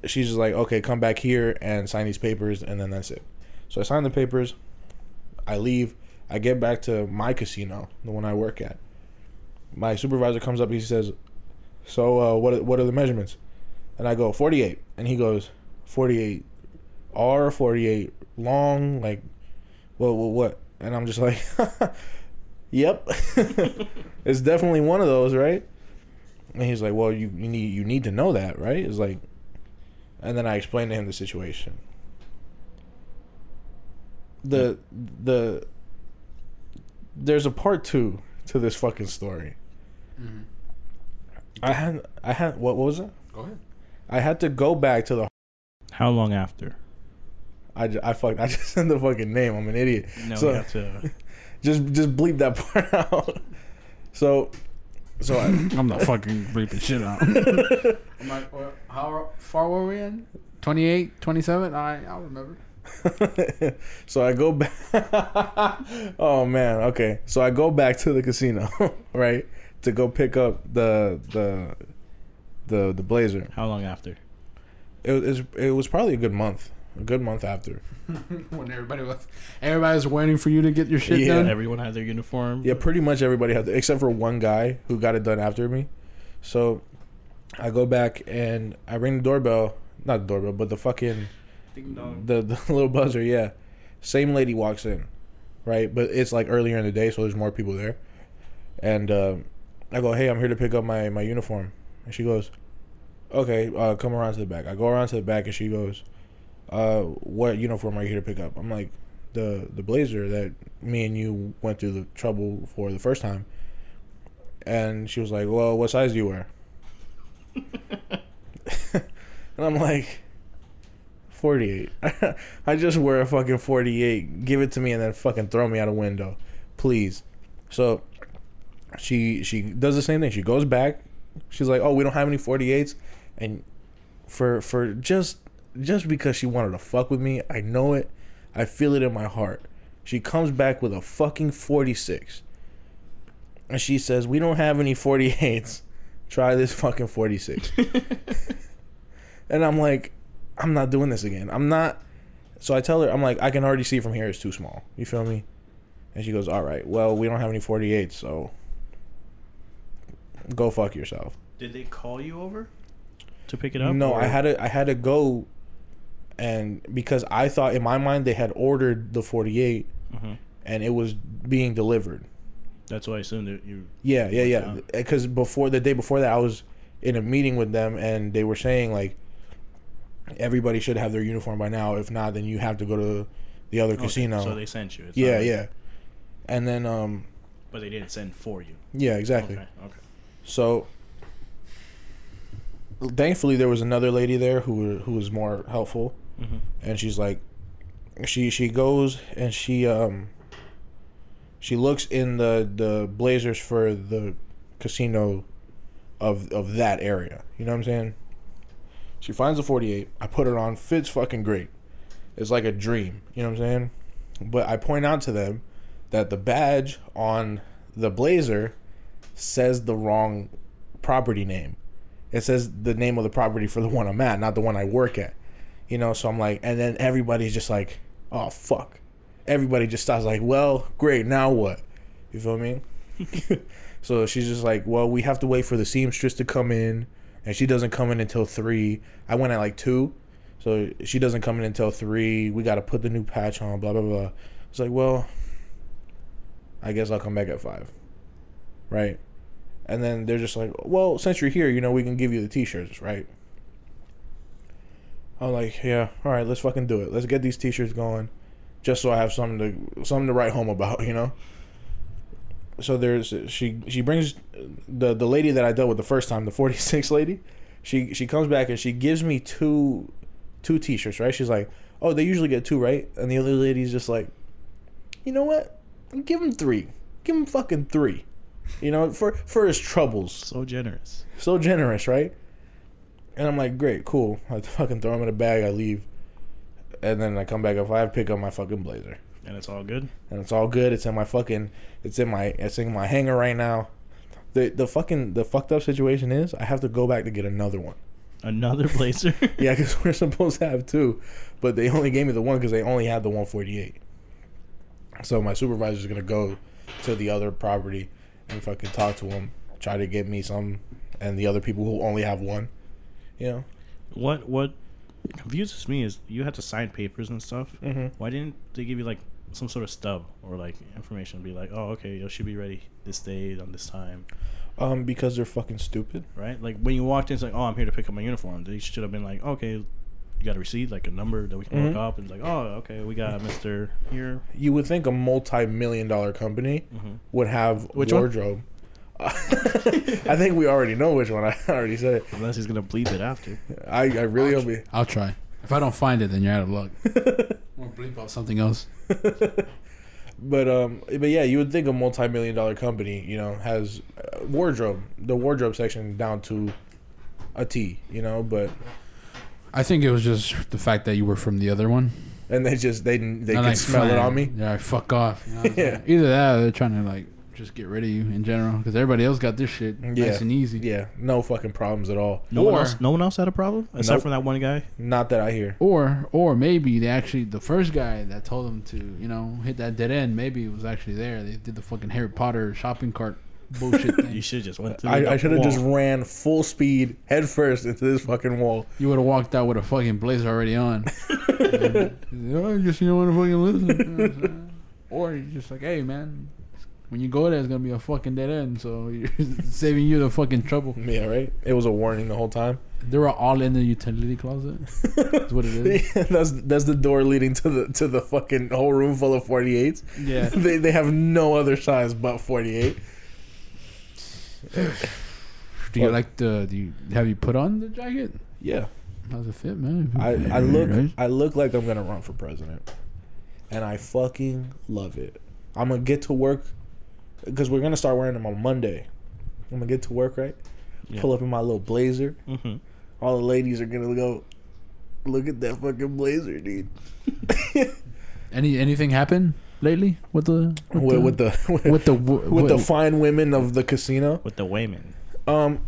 S2: she's just like, okay, come back here and sign these papers, and then that's it. So I sign the papers. I leave. I get back to my casino, the one I work at. My supervisor comes up. He says, so uh, what, what are the measurements? And I go, 48. And he goes, 48 R, 48 long, like, what, what, what? And I'm just like, yep. it's definitely one of those, right? And he's like, well, you, you need you need to know that, right? It's like, and then I explained to him the situation. The the there's a part two to this fucking story. I had I had what, what was it?
S3: Go ahead.
S2: I had to go back to the.
S1: How long after?
S2: I, ju- I fucked. I just said the fucking name. I'm an idiot.
S1: No,
S2: so
S1: we have to.
S2: just just bleep that part out. So, so I,
S3: I'm not fucking bleeping shit out. I'm like, well, uh, how far were we in? 28, 27? I, I'll remember.
S2: so I go back. oh man. Okay. So I go back to the casino, right, to go pick up the the the the blazer.
S1: How long after?
S2: It was it was probably a good month. A good month after.
S3: when everybody was, everybody was waiting for you to get your shit
S2: Yeah.
S3: done.
S1: Everyone had their uniform.
S2: Yeah, pretty much everybody had to, except for one guy who got it done after me. So I go back and I ring the doorbell. Not the doorbell, but the fucking the, the little buzzer, yeah. Same lady walks in, right? But it's like earlier in the day, so there's more people there. And um I go, hey, I'm here to pick up my, my uniform. And she goes, okay, uh, come around to the back. I go around to the back, and she goes, uh, what uniform are you here to pick up? I'm like, the the blazer that me and you went through the trouble for the first time. And she was like, well, what size do you wear? and I'm like, 48. I just wear a fucking 48. Give it to me and then fucking throw me out a window. Please. So she she does the same thing. She goes back. She's like, "Oh, we don't have any 48s." And for for just just because she wanted to fuck with me, I know it. I feel it in my heart. She comes back with a fucking 46. And she says, "We don't have any 48s. Try this fucking 46." and I'm like, I'm not doing this again. I'm not. So I tell her, I'm like, I can already see from here it's too small. You feel me? And she goes, All right, well, we don't have any 48s, so go fuck yourself.
S1: Did they call you over to pick it up?
S2: no,
S1: or-
S2: I had to, I had to go and because I thought in my mind they had ordered the 48
S1: Mhm.
S2: and it was being delivered.
S1: That's why I assumed that you.
S2: Yeah, yeah, yeah.
S1: Wow.
S2: Because before the day before that, I was in a meeting with them, and they were saying like everybody should have their uniform by now. If not, then you have to go to the other
S1: Okay,
S2: casino.
S1: So they sent you. It's
S2: uh, yeah,
S1: not-
S2: yeah. And then, um,
S1: But they didn't send for you.
S2: yeah, exactly.
S1: Okay. Okay.
S2: So thankfully, there was another lady there who who was more helpful,
S1: Mhm.
S2: and she's like, she she goes and she um she looks in the the blazers for the casino of of that area. You know what I'm saying? She finds a 48. I put it on. Fits fucking great. It's like a dream. You know what I'm saying? But I point out to them that the badge on the blazer says the wrong property name. It says the name of the property for the one I'm at, not the one I work at. You know, so I'm like, and then everybody's just like, oh, fuck. Everybody just starts like, well, great, now what? You feel me? so she's just like, well, we have to wait for the seamstress to come in, and she doesn't come in until three. I went at like two, so she doesn't come in until three. We got to put the new patch on, blah, blah, blah. It's like, well, I guess I'll come back at five. Right? And then they're just like, well, since you're here, you know, we can give you the t shirts, right? I'm like, yeah, all right, let's fucking do it. Let's get these t shirts going just so I have something to something to write home about, you know? So there's she she brings the the lady that I dealt with the first time, the 46 lady. She she comes back and she gives me two two t-shirts, right? She's like, "Oh, they usually get two, right?" And the other lady's just like, "You know what? Give him three. Give him fucking three. You know, for for his troubles."
S1: So generous.
S2: so generous, right? And I'm like, great, cool. I fucking throw him in a bag, I leave, and then I come back at five, pick up my fucking blazer,
S1: And it's all good.
S2: and it's all good. It's in my fucking, it's in my, it's in my hanger right now. The the fucking the fucked up situation is I have to go back to get another one.
S1: Another blazer.
S2: Yeah, because we're supposed to have two, but they only gave me the one because they only had the 148. So my supervisor's gonna go to the other property and fucking talk to him, try to get me some, and the other people who only have one. You know,
S1: What what confuses me is you had to sign papers and stuff.
S2: Mhm.
S1: Why didn't they give you like some sort of stub or like information? Be like, oh, okay, you should be ready this day on this time,
S2: um, because they're fucking stupid.
S1: right? Like when you walked in, it's like, oh, I'm here to pick up my uniform. They should have been like, okay, you got a receipt, like a number that we can
S2: Mhm.
S1: look up, and like, oh, okay, we got Mister here.
S2: You would think a multi-million dollar company
S1: Mhm.
S2: would have
S3: Mm-hmm. Which one?
S2: wardrobe. I think we already know which one. I already said it.
S1: Unless he's gonna bleep it after.
S2: I, I really hope it.
S3: I'll try. If I don't find it, then you're out of luck. I'm gonna bleep out something else.
S2: But um, but yeah, you would think a multi-million dollar company, you know, has uh, wardrobe, the wardrobe section down to a T, you know. But
S3: I think it was just the fact that you were from the other one.
S2: and they just they didn't- they
S3: They're
S2: could
S3: like,
S2: smell it
S3: "Fine."
S2: on me.
S3: They're like, fuck off. You know, it's
S2: Yeah.
S3: like, either that or they're trying to like just get rid of you in general because everybody else got this shit
S2: Yeah.
S3: nice and easy.
S2: Yeah, no fucking problems at all.
S1: No one
S3: Or-
S1: else. No one else had a problem aside
S2: Nope.
S1: from that one guy.
S2: Not that I hear.
S3: Or or maybe they actually the first guy that told them to you know hit that dead end maybe it was actually there. They did the fucking Harry Potter shopping cart bullshit thing.
S1: You should just went through.
S2: I,
S1: the
S2: I should have just
S1: wall.
S2: ran full speed headfirst into this fucking wall.
S3: You would have walked out with a fucking blazer already on. oh, I guess you don't want to fucking listen. You know what I'm saying? or you're just like, hey, man, when you go there, it's going to be a fucking dead end. So you're saving you the fucking trouble.
S2: Yeah, right. It was a warning the whole time.
S3: They were all in the utility closet. That's what it is.
S2: that's that's the door leading to the to the fucking whole room full of 48s.
S3: Yeah.
S2: they they have no other signs but 48.
S3: Do you like the, do you, have you put on the jacket?
S2: Yeah.
S3: How's it fit, man?
S2: I, I look I look like I'm gonna run for president, and I fucking love it. I'm gonna get to work because we're gonna start wearing them on Monday. I'm gonna get to work right,
S1: Yeah.
S2: pull up in my little blazer.
S1: Mhm.
S2: All the ladies are gonna go, look at that fucking blazer, dude.
S3: Any, anything happen lately with the, with,
S2: With,
S3: the,
S2: with the with,
S3: with the,
S2: with the fine women of the casino.
S1: with the Wayman.
S2: Um,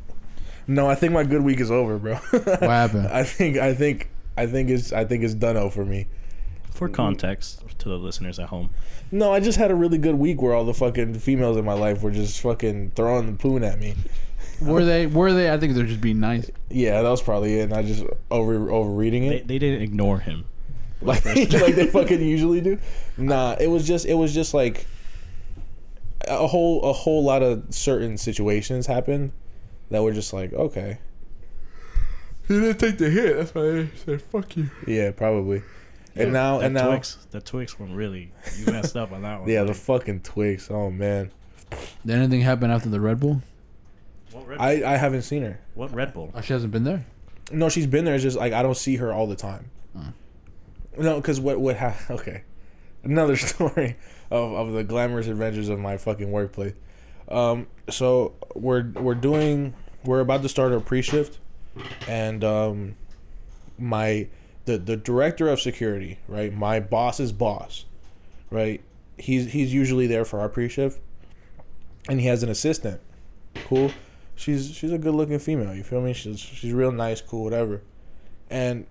S2: no, I think my good week is over, bro. what
S3: happened?
S2: I think I think I think it's I think it's done for me. Mm-hmm.
S1: For context to the listeners at home,
S2: No, I just had a really good week where all the fucking females in my life were just fucking throwing the poon at me.
S3: Were they? Were they? I think they're just being nice.
S2: Yeah, that was probably it. And I just over overreading
S1: They,
S2: it,
S1: they didn't ignore him.
S2: like like they fucking usually do. Nah, it was just it was just like a whole a whole lot of certain situations happened that were just like okay,
S3: He didn't take the hit. That's why they said, "Fuck you."
S2: yeah, probably. And now
S1: That
S2: and now,
S1: Twix, the Twix one really, you messed up on that one.
S2: yeah, the fucking Twix. Oh man,
S3: Did anything happen after the Red Bull?
S1: what, Red,
S2: I I haven't seen her.
S1: what Red Bull?
S3: Oh, she hasn't been there.
S2: No, she's been there. It's just like I don't see her all the time.
S3: Mm.
S2: No, because what what happened? Okay, another story of of the glamorous adventures of my fucking workplace. Um, so we're we're doing we're about to start our pre shift, and um, my the the director of security, right? My boss's boss, right? He's he's usually there for our pre shift, and he has an assistant. Cool. She's she's a good looking female. You feel me? She's she's real nice, cool, whatever. And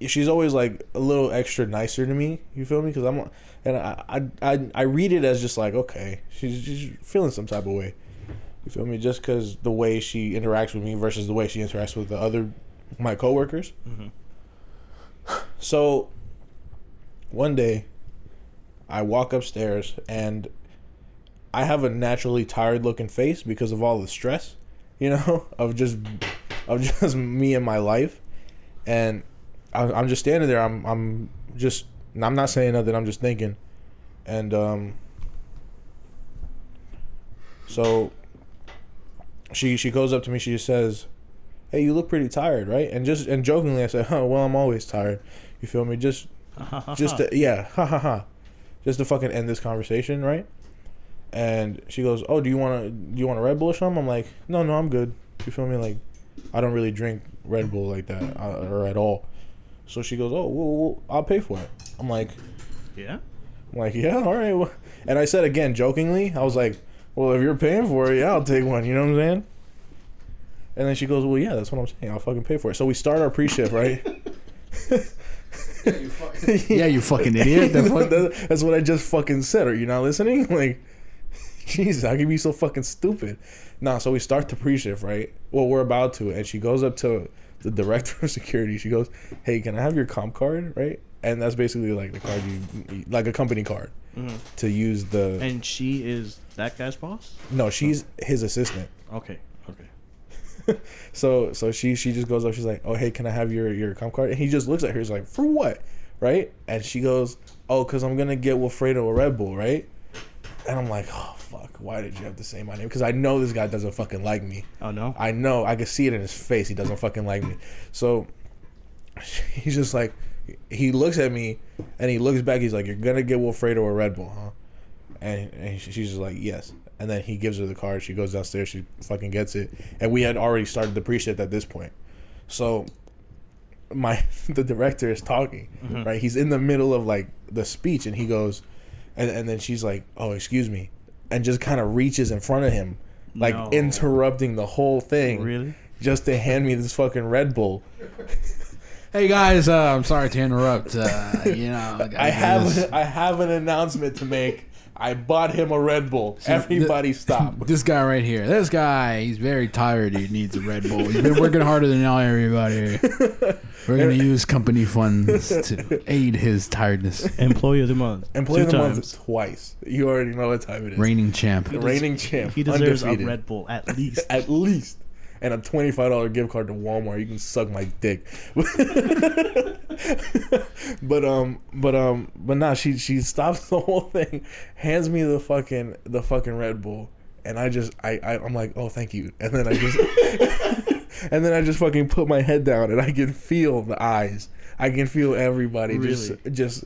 S2: she's always like a little extra nicer to me. You feel me? Because I'm and I, I I I read it as just like okay, she's she's feeling some type of way. You feel me? Just because the way she interacts with me versus the way she interacts with the other my coworkers. So one day, I walk upstairs and I have a naturally tired looking face because of all the stress, you know, of just of just me and my life, and I, I'm just standing there. I'm I'm just I'm not saying nothing. I'm just thinking, and um. So. She she goes up to me. She says, "Hey, you look pretty tired, right?" And just and jokingly, I said, "Oh, well, I'm always tired." You feel me? Just just to, yeah, ha ha ha, just to fucking end this conversation, right? And she goes, "Oh, do you want to do you want a Red Bull or something?" I'm like, "No, no, I'm good." You feel me? Like, I don't really drink Red Bull like that uh, or at all. So she goes, "Oh, well, well, I'll pay for it." I'm like,
S1: yeah.
S2: I'm like, yeah, all right. well-" And I said again, jokingly, I was like, well, if you're paying for it, yeah, I'll take one. You know what I'm saying? And then she goes, well, yeah, that's what I'm saying. I'll fucking pay for it. So we start our pre-shift, right?
S3: Yeah, you fucking idiot. The fuck-
S2: That- That's what I just fucking said. Are you not listening? Like, Jesus, how can you be so fucking stupid? Nah, so we start the pre shift, right? Well, we're about to. And she goes up to the director of security. She goes, Hey, can I have your comp card? Right? And that's basically like the card you, like a company card to use the.
S1: And she is that guy's boss.
S2: no, she's his assistant.
S1: Okay. Okay.
S2: So so she she just goes up. She's like, "Oh hey, can I have your your comp card?" And he just looks at her. He's like, "For what?" Right? And she goes, "Oh, cause I'm gonna get Wilfredo a Red Bull, right?" And I'm like, "Oh fuck, why did you have to say my name?" Because I know this guy doesn't fucking like me.
S1: Oh no.
S2: I know. I could see it in his face. He doesn't fucking like me. So he's just like, he looks at me and he looks back. He's like, "You're gonna get Wilfredo a Red Bull, huh?" And, and she- she's just like, "Yes." And then he gives her the card. She goes downstairs. She fucking gets it. And we had already started the pre-shift at this point. So my the director is talking,
S1: Mm-hmm.
S2: right? He's in the middle of like the speech, and he goes, and, and then she's like, "Oh, excuse me," and just kind of reaches in front of him, like
S1: No.
S2: interrupting the whole thing,
S1: Really?
S2: just to hand me this fucking Red Bull.
S3: hey guys, uh, I'm sorry to interrupt. Uh, you know, gotta
S2: I
S3: do
S2: have
S3: this.
S2: I have an announcement to make. I bought him a Red Bull. Everybody, stop.
S3: This guy right here. This guy, he's very tired. He needs a Red Bull. He's been working harder than all everybody. We're gonna use company funds to aid his tiredness.
S1: Employee of the month.
S2: Employee of
S1: Two
S2: the
S1: times.
S2: month twice. You already know what time it is.
S3: Reigning champ.
S2: Reigning champ.
S1: He deserves
S2: undefeated.
S1: a Red Bull at least.
S2: at least and a $25 gift card to Walmart. You can suck my dick. but um but um but nah she she stops the whole thing, hands me the fucking the fucking Red Bull and I just I, I I'm like, "Oh, thank you." And then I just and then I just fucking put my head down and I can feel the eyes. I can feel everybody just just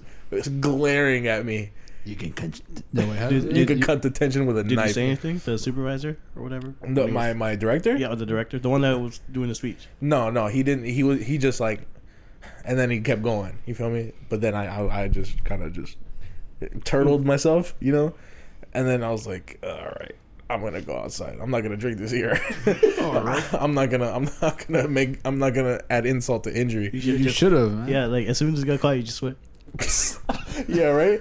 S2: glaring at me.
S3: You can. Con- no, wait, how
S1: Dude,
S3: does it-
S2: You
S1: Did
S2: could
S1: you-
S2: cut the tension with a
S1: Did
S2: knife.
S1: you say anything to the supervisor or whatever?
S2: No,
S1: When he was-
S2: my my director?
S1: yeah, or the director, the one that was doing the speech.
S2: No, no, he didn't. He was he just like, and then he kept going. You feel me? But then I I, I just kind of just turtled myself, you know. And then I was like, all right, I'm gonna go outside. I'm not gonna drink this here. I'm not gonna. I'm not gonna make. I'm not gonna add insult to injury.
S1: should've
S3: You
S1: just-
S3: should have.
S1: Yeah, like as soon as he got caught, you just went.
S2: yeah, right.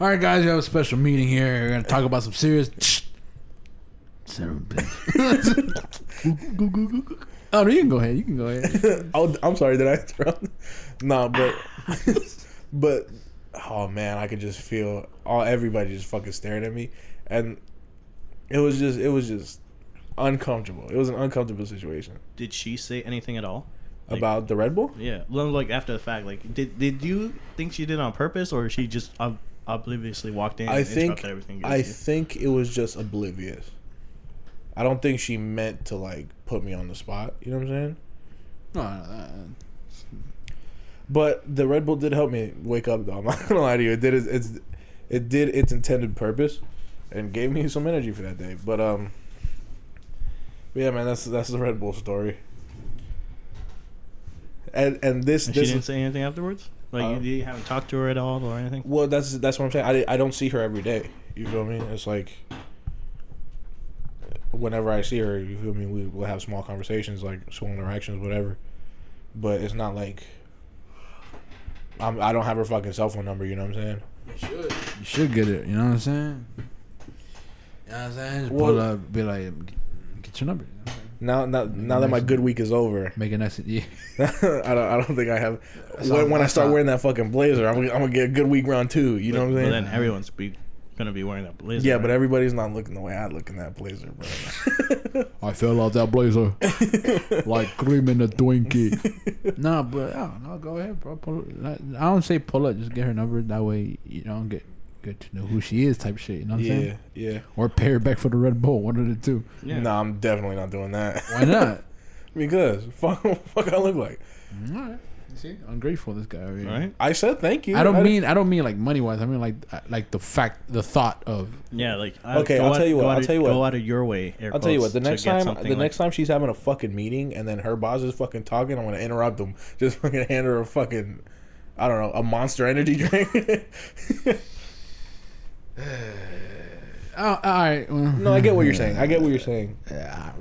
S3: All right, guys, we have a special meeting here. We're gonna talk about some serious. Son of a bitch. Go, go, go, go, go. Oh, no, you can go ahead. You can go ahead.
S2: I'll, I'm sorry, did I interrupt? nah, but but oh man, I could just feel all everybody just fucking staring at me, and it was just it was just uncomfortable. It was an uncomfortable situation
S1: Did she say anything at all? Like-
S2: about the Red Bull.
S1: Yeah, well, like after the fact, like did did you think she did it on purpose or she just ob- obliviously walked in?
S2: I
S1: and
S2: think
S1: interrupted everything.
S2: I think it was just oblivious. I don't think she meant to like put me on the spot. You know what I'm saying?
S3: No, uh, no, no.
S2: But the Red Bull did help me wake up. Though I'm not gonna lie to you, it did its, its it did its intended purpose, and gave me some energy for that day. But um, yeah, man, that's that's the Red Bull story. And and this
S1: And she
S2: this
S1: didn't say anything afterwards. Like
S2: Um,
S1: you, you haven't talked to her at all or anything.
S2: well, that's that's what I'm saying. I, di- I don't see her every day. You feel me? It's like whenever I see her, you feel me? We will have small conversations, like small interactions, whatever. But it's not like I'm, I don't have her fucking cell phone number. You know what I'm saying?
S3: You should get it. You know what I'm saying? You know what I'm saying? Just
S2: Well-
S3: pull up, be like, "Get- get your number. you know what I'm saying?
S2: Now, now, now that my good week is over,
S3: Make it nice and yeah.
S2: I don't, I don't think I have.
S3: all-
S2: When, when I
S3: that's
S2: start
S3: all.
S2: wearing that fucking blazer, I'm, gonna- I'm gonna get a good week round two. You know what I'm
S1: But
S2: saying?
S1: then everyone's be gonna be wearing that blazer.
S2: yeah,
S1: right?
S2: but everybody's not looking the way I look in that blazer, bro.
S3: I fell out that blazer like cream in a Twinkie. nah, but I don't know. Go ahead, bro. Pull up. I I don't say pull up. Just get her number. That way you don't get get to know who she is type shit. You know what I'm
S2: yeah,
S3: saying?
S2: yeah.
S3: Or pay her back for the Red Bull. One of the two.
S1: Yeah.
S2: No, I'm definitely not doing that.
S3: Why not?
S2: Because fuck, fuck, I look like.
S3: All right. You see, ungrateful this guy. Over here.
S1: All right.
S2: I said thank you.
S3: I don't
S2: didn't-
S3: mean I don't mean like money wise. I mean like uh, like the fact, the thought of
S1: Yeah, like I-
S2: Okay,
S1: go
S2: I'll
S1: out-
S2: tell you what,
S1: Go
S2: I'll
S1: out of-
S2: tell you what.
S1: Go out of your way. air
S2: I'll tell you
S1: quotes,
S2: what. The
S1: to
S2: next
S1: get
S2: time,
S1: something
S2: the
S1: like-
S2: next time she's having a fucking meeting and then her boss is fucking talking, I'm gonna interrupt them. Just fucking hand her a fucking, I don't know, a Monster Energy drink.
S3: oh, all right. Well,
S2: no, I get what you're saying. I get what you're saying.
S3: Yeah,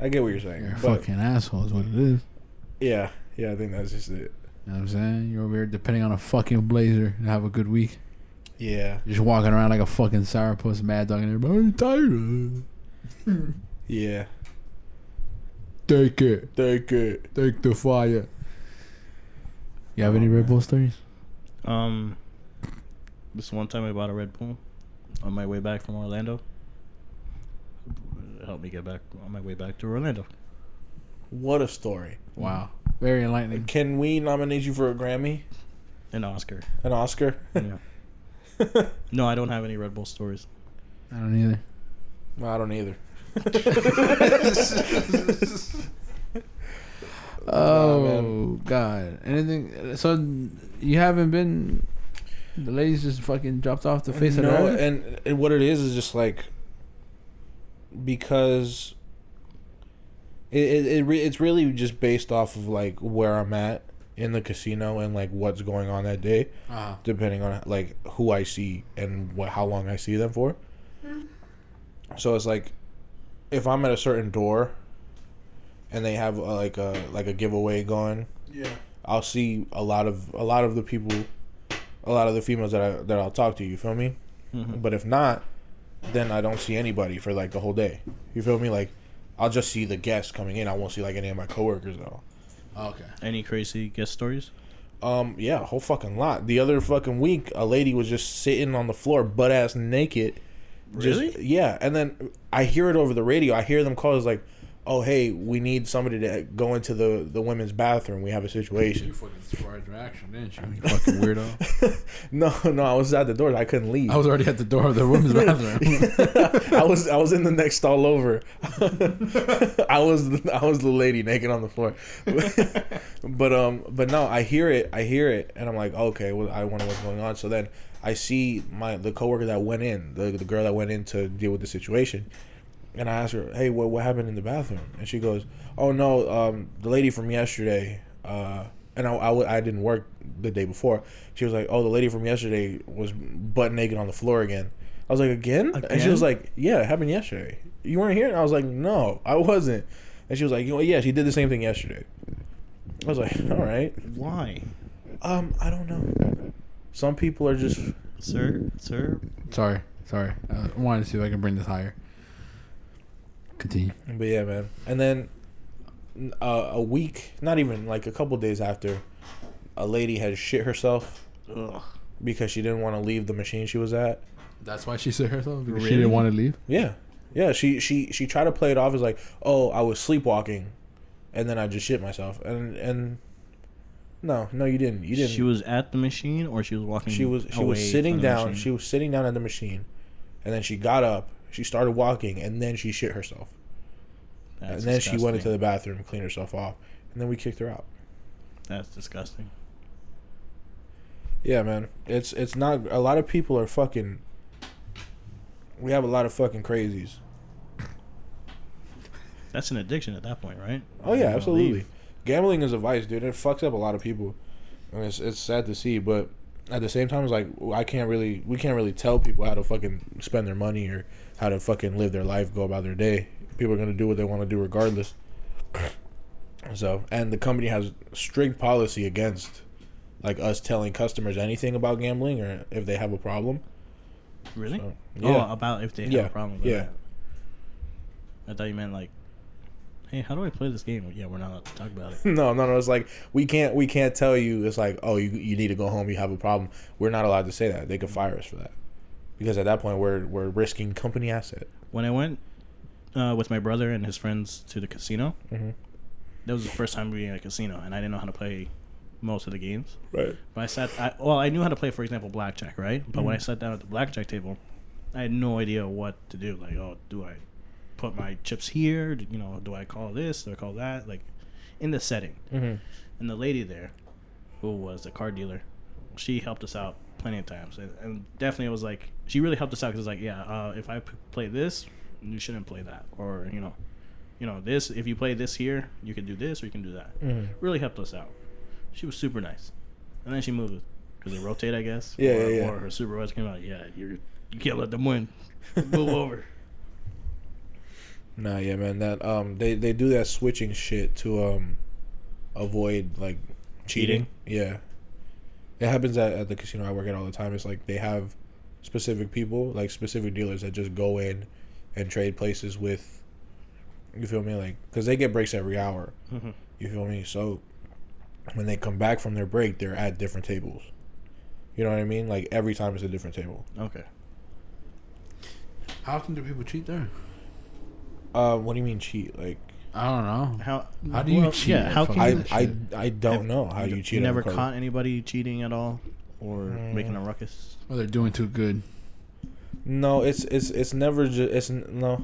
S2: I get what you're saying.
S3: you're a
S2: but
S3: fucking asshole is what it is.
S2: yeah, yeah, I think that's just it.
S3: You know what I'm saying? You're over here depending on a fucking blazer to have a good week.
S2: Yeah,
S3: Just walking around like a fucking sourpuss, mad dog, and everybody, "Are you tired?
S2: yeah.
S3: Take it.
S2: Take it.
S3: Take the fire. You have any Red Bull stories?
S1: Um, this one time I bought a Red Bull on my way back from Orlando. It helped me get back on my way back to Orlando.
S2: What a story.
S3: Wow. Very enlightening.
S2: Can we nominate you for a Grammy,
S1: An Oscar.
S2: an Oscar?
S1: Yeah. no, I don't have any Red Bull stories.
S3: I don't either.
S2: No, I don't either.
S3: Oh, God. Anything? So, you haven't been. The ladies just fucking dropped off the face
S2: no,
S3: of the earth?
S2: and, and what it is is just like because it, it, it re- it's really just based off of like where I'm at in the casino and like what's going on that day,
S3: Uh,
S2: depending on like who I see and what how long I see them for. So it's like if I'm at a certain door and they have uh like a like a giveaway going,
S3: yeah.
S2: I'll see a lot of a lot of the people, a lot of the females that I that I'll talk to. You feel me?
S1: Mhm.
S2: But if not, then I don't see anybody for like the whole day. You feel me? Like I'll just see the guests coming in. I won't see like any of my coworkers though.
S3: Okay.
S1: Any crazy guest stories?
S2: Um, yeah, a whole fucking lot. The other fucking week, a lady was just sitting on the floor, butt ass naked. Just-
S1: Really?
S2: yeah. And then I hear it over the radio. I hear them call. It's like, oh hey, we need somebody to go into the the women's bathroom. We have a situation.
S3: fucking surprised your action, didn't you? You fucking weirdo.
S2: no, no, I was at the door. I couldn't leave.
S3: I was already at the door of the women's bathroom.
S2: I was I was in the next all over. I was I was the lady naked on the floor. but um but no, I hear it, I hear it and I'm like, "Okay, well I wonder what's going on." So then I see my the coworker that went in, the, the girl that went in to deal with the situation. And I asked her, "Hey, what what happened in the bathroom?" And she goes, "Oh no, um, the lady from yesterday." Uh, and I, I, w- I didn't work the day before. She was like, "Oh, the lady from yesterday was butt naked on the floor again." I was like, "Again?" And she was
S1: Again?
S2: like, "Yeah, it happened yesterday. You weren't here." And I was like, "No, I wasn't." And she was like, "You know, yeah, she did the same thing yesterday." I was like, "All right,
S1: Why,
S2: um, I don't know." Some people are just
S1: sir? Sir?
S3: Uh, sorry, sorry. I wanted to see if I can bring this higher. Continue.
S2: But yeah, man. And then uh, a week, not even like a couple days after, a lady had shit herself
S1: Ugh.
S2: because she didn't want to leave the machine she was at.
S3: That's why she said herself. because She
S1: Really?
S3: didn't want to leave.
S2: Yeah, yeah. She she she tried to play it off as like, oh, I was sleepwalking, and then I just shit myself. And and no, no, you didn't. You didn't.
S1: She was at the machine, or she was walking.
S2: she was she
S1: away
S2: was sitting
S1: from the
S2: down.
S1: machine?
S2: She was sitting down at the machine, and then she got up. She started walking, and then she shit herself.
S1: That's
S2: and then she went into
S1: disgusting.
S2: the bathroom, cleaned herself off, and then we kicked her out.
S1: That's disgusting.
S2: Yeah, man. It's it's not a lot of people are fucking. We have a lot of fucking crazies.
S1: That's an addiction at that point, right?
S2: Oh
S1: You
S2: yeah,
S1: wanna
S2: absolutely.
S1: leave.
S2: Gambling is a vice, dude. It fucks up a lot of people, and it's it's sad to see. But at the same time, it's like I can't really, we can't really tell people how to fucking spend their money or how to fucking live their life, go about their day. People are gonna do what they want to do regardless. So, and the company has strict policy against like us telling customers anything about gambling or if they have a problem.
S1: Really?
S2: So,
S1: Oh, about if they have
S2: Yeah,
S1: a problem. With
S2: yeah.
S1: That. I thought you meant like, hey, how do I play this game? Yeah, we're not allowed to talk about it.
S2: No, no, no. It's like we can't we can't tell you. It's like oh, you you need to go home. You have a problem. We're not allowed to say that. They could fire us for that because at that point we're we're risking company asset.
S1: when I went uh, with my brother and his friends to the casino,
S2: Mhm.
S1: that was the first time being at a casino, and I didn't know how to play most of the games.
S2: Right.
S1: But I sat. I, well, I knew how to play, for example, blackjack, right? But when I sat down at the blackjack table, I had no idea what to do. Like, oh, do I put my chips here? Do, you know, do I call this? Do I call that? Like, in the setting.
S2: Mhm.
S1: And the lady there, who was the car dealer, she helped us out plenty of times, and, and definitely it was like she really helped us out because like, yeah, uh, if I p- play this, you shouldn't play that, or you know, you know, this. If you play this here, you can do this or you can do that. Really helped us out. She was super nice. And then she moved because they rotate, I guess.
S2: Yeah,
S1: or,
S2: yeah, yeah.
S1: Or her supervisor came out. Yeah, you're you can't let them win. Move over.
S2: Nah, yeah, man. That um, they they do that switching shit to um, avoid like
S1: Cheating?
S2: cheating. Yeah, it happens at, at the casino I work at all the time. It's like they have specific people, like specific dealers that just go in and trade places with. You feel me? Like, cause they get breaks every hour.
S1: Mhm.
S2: You feel me? So when they come back from their break, they're at different tables. You know what I mean? Like every time it's a different table.
S1: Okay.
S3: How often do people cheat there?
S2: Uh, what do you mean cheat? Like
S3: I don't know.
S1: How
S3: How do you cheat
S1: Yeah.
S3: at
S1: How
S3: fucking-
S1: can
S2: I
S1: you,
S3: that
S2: I
S3: shit.
S2: I don't know how you,
S1: you
S2: cheat. on
S1: never
S2: card.
S1: caught anybody cheating at all or
S3: Mm.
S1: making a ruckus?
S3: Well, they're doing too good.
S2: No, it's it's it's never just it's n- no,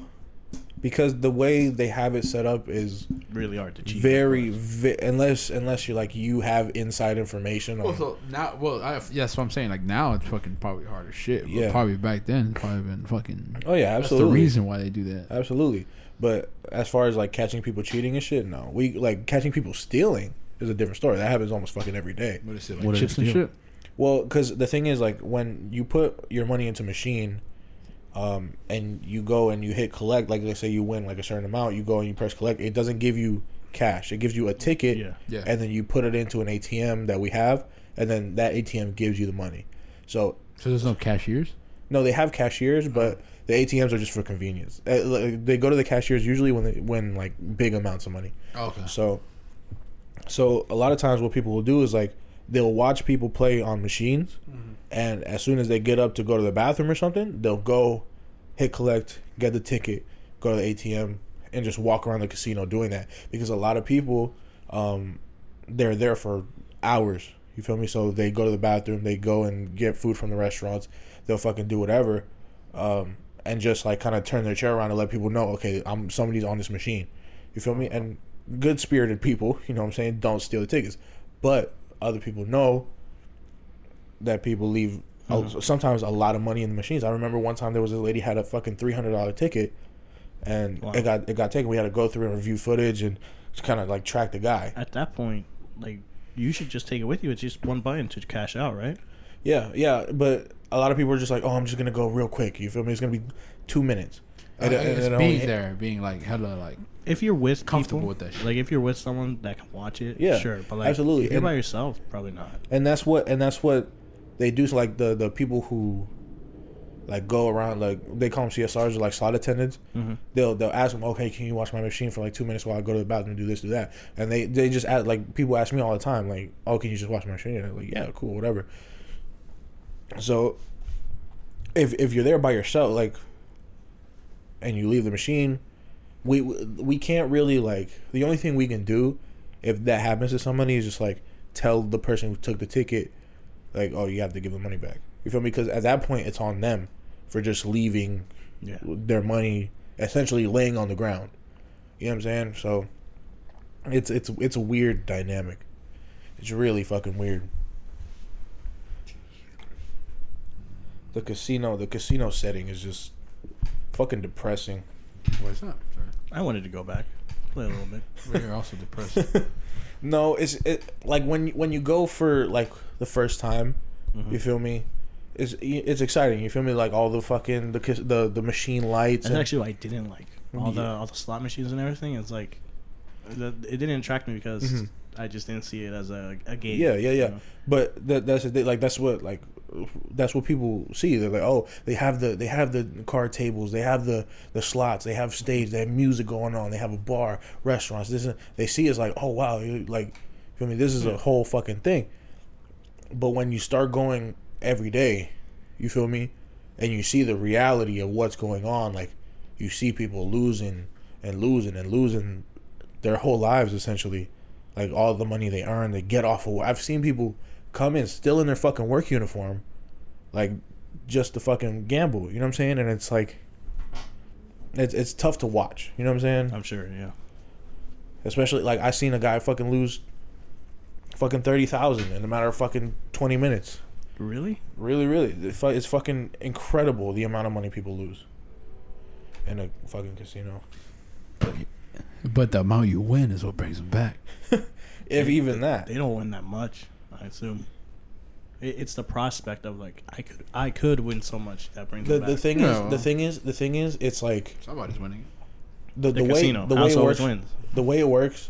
S2: because the way they have it set up is
S1: Really hard to cheat.
S2: very vi- unless unless you like you have inside information. On,
S3: Well, so now, well, I, yeah, that's what I'm saying. Like now, it's fucking probably harder shit. But
S2: Yeah.
S3: Probably back then, it's probably been fucking.
S2: oh yeah,
S3: That's the
S2: absolutely,
S3: reason why they do that.
S2: absolutely. But as far as like catching people cheating and shit, no, we like catching people stealing is a different story. That happens almost fucking every day.
S3: What is it
S1: What
S3: like
S1: is
S3: chips and
S1: it?
S3: shit?
S2: Well, because the thing is, like, when you put your money into machine, um, and you go and you hit collect, like, let's say you win like a certain amount, you go and you press collect. It doesn't give you cash. It gives you a ticket,
S1: Yeah.
S3: Yeah.
S2: and then you put it into an ATM that we have, and then that ATM gives you the money. So
S3: So there's no cashiers.
S2: no, they have cashiers, but the ATMs are just for convenience. Uh, like, They go to the cashiers usually when they win like big amounts of money.
S3: Oh, Okay.
S2: So, so a lot of times what people will do is like they'll watch people play on machines, and as soon as they get up to go to the bathroom or something, they'll go hit collect, get the ticket, go to the ATM, and just walk around the casino doing that because a lot of people, um, they're there for hours. You feel me? So they go to the bathroom, they go and get food from the restaurants, they'll fucking do whatever, um, and just like kind of turn their chair around and let people know, okay, I'm somebody's on this machine. You feel me? And good spirited people, you know what I'm saying, don't steal the tickets. But other people know that people leave a- sometimes a lot of money in the machines. I remember one time there was a lady had a fucking three hundred dollar ticket, and
S1: Wow.
S2: it got it got taken. We had to go through and review footage and kind of like track the guy.
S1: At that point, like you should just take it with you. It's just one button to cash out, right?
S2: Yeah, yeah, but a lot of people are just like, "Oh, I'm just gonna go real quick." You feel me? It's gonna be two minutes.
S3: I,
S2: And- and-
S3: Uh, it's
S2: and it
S3: being
S2: only-
S3: there, being like hella like
S1: If you're with
S3: Comfortable
S1: people,
S3: with that shit.
S1: like if you're with someone that can watch it,
S2: Yeah,
S1: sure. But like,
S2: absolutely.
S1: if you're
S2: And-
S1: by yourself, probably not.
S2: and that's what and that's what they do. So like the the people who like go around like they call them CSRs or like slot attendants. They'll they'll ask them, okay, can you watch my machine for like two minutes while I go to the bathroom, do this, do that, and they they just add like people ask me all the time like, oh, can you just watch my machine? And I'm like, yeah, cool, whatever. So if if you're there by yourself, like, and you leave the machine, we we can't really like the only thing we can do if that happens to somebody is just like tell the person who took the ticket like oh you have to give the money back you feel me because at that point it's on them for just leaving
S1: Yeah.
S2: their money essentially laying on the ground you know what i'm saying so it's it's it's a weird dynamic it's really fucking weird the casino the casino setting is just fucking depressing
S3: What's up?
S1: I wanted to go back, play a little bit.
S3: Sorry. We're also depressed.
S2: No, it's it like when when you go for like the first time, you feel me? It's it's exciting. You feel me? Like all the fucking the cas- the the machine lights.
S1: That's
S2: And,
S1: actually what I didn't like. All the
S2: Yeah.
S1: all the slot machines and everything. It's like, the, it didn't attract me because I just didn't see it as a, a game.
S2: Mm-hmm. yeah, yeah,
S1: you
S2: yeah.
S1: know?
S2: But that that's the thing. Like that's what like that's what people see. They're like, oh, they have the they have the card tables. They have the the slots. They have stage. They have music going on. They have a bar, restaurants. This and they see it's like, oh wow, you- like, you feel me? This is a whole fucking thing. But when you start going every day, you feel me, and you see the reality of what's going on, like you see people losing and losing and losing their whole lives essentially, like all the money they earn, they get off of. I've seen people come in still in their fucking work uniform, like just to fucking gamble. You know what I'm saying? And it's like, it's it's tough to watch. You know what I'm saying?
S1: I'm sure. Yeah,
S2: Especially like I seen a guy fucking lose fucking thirty thousand in a matter of fucking twenty minutes.
S1: really.
S2: Really, really, the fu- it's fucking incredible the amount of money people lose in a fucking casino.
S3: but the amount you win is what brings them back.
S2: If even that,
S1: They don't win that much. I assume. It, it's the prospect of like I could I could win so much that brings
S2: the
S1: them
S2: the
S1: back.
S2: thing
S3: No.
S2: is, the thing is, the thing is, it's like
S3: Somebody's winning.
S2: the
S1: the,
S2: the, way
S1: casino.
S2: the way
S1: house
S2: it
S1: always
S2: works.
S1: wins.
S2: The way it works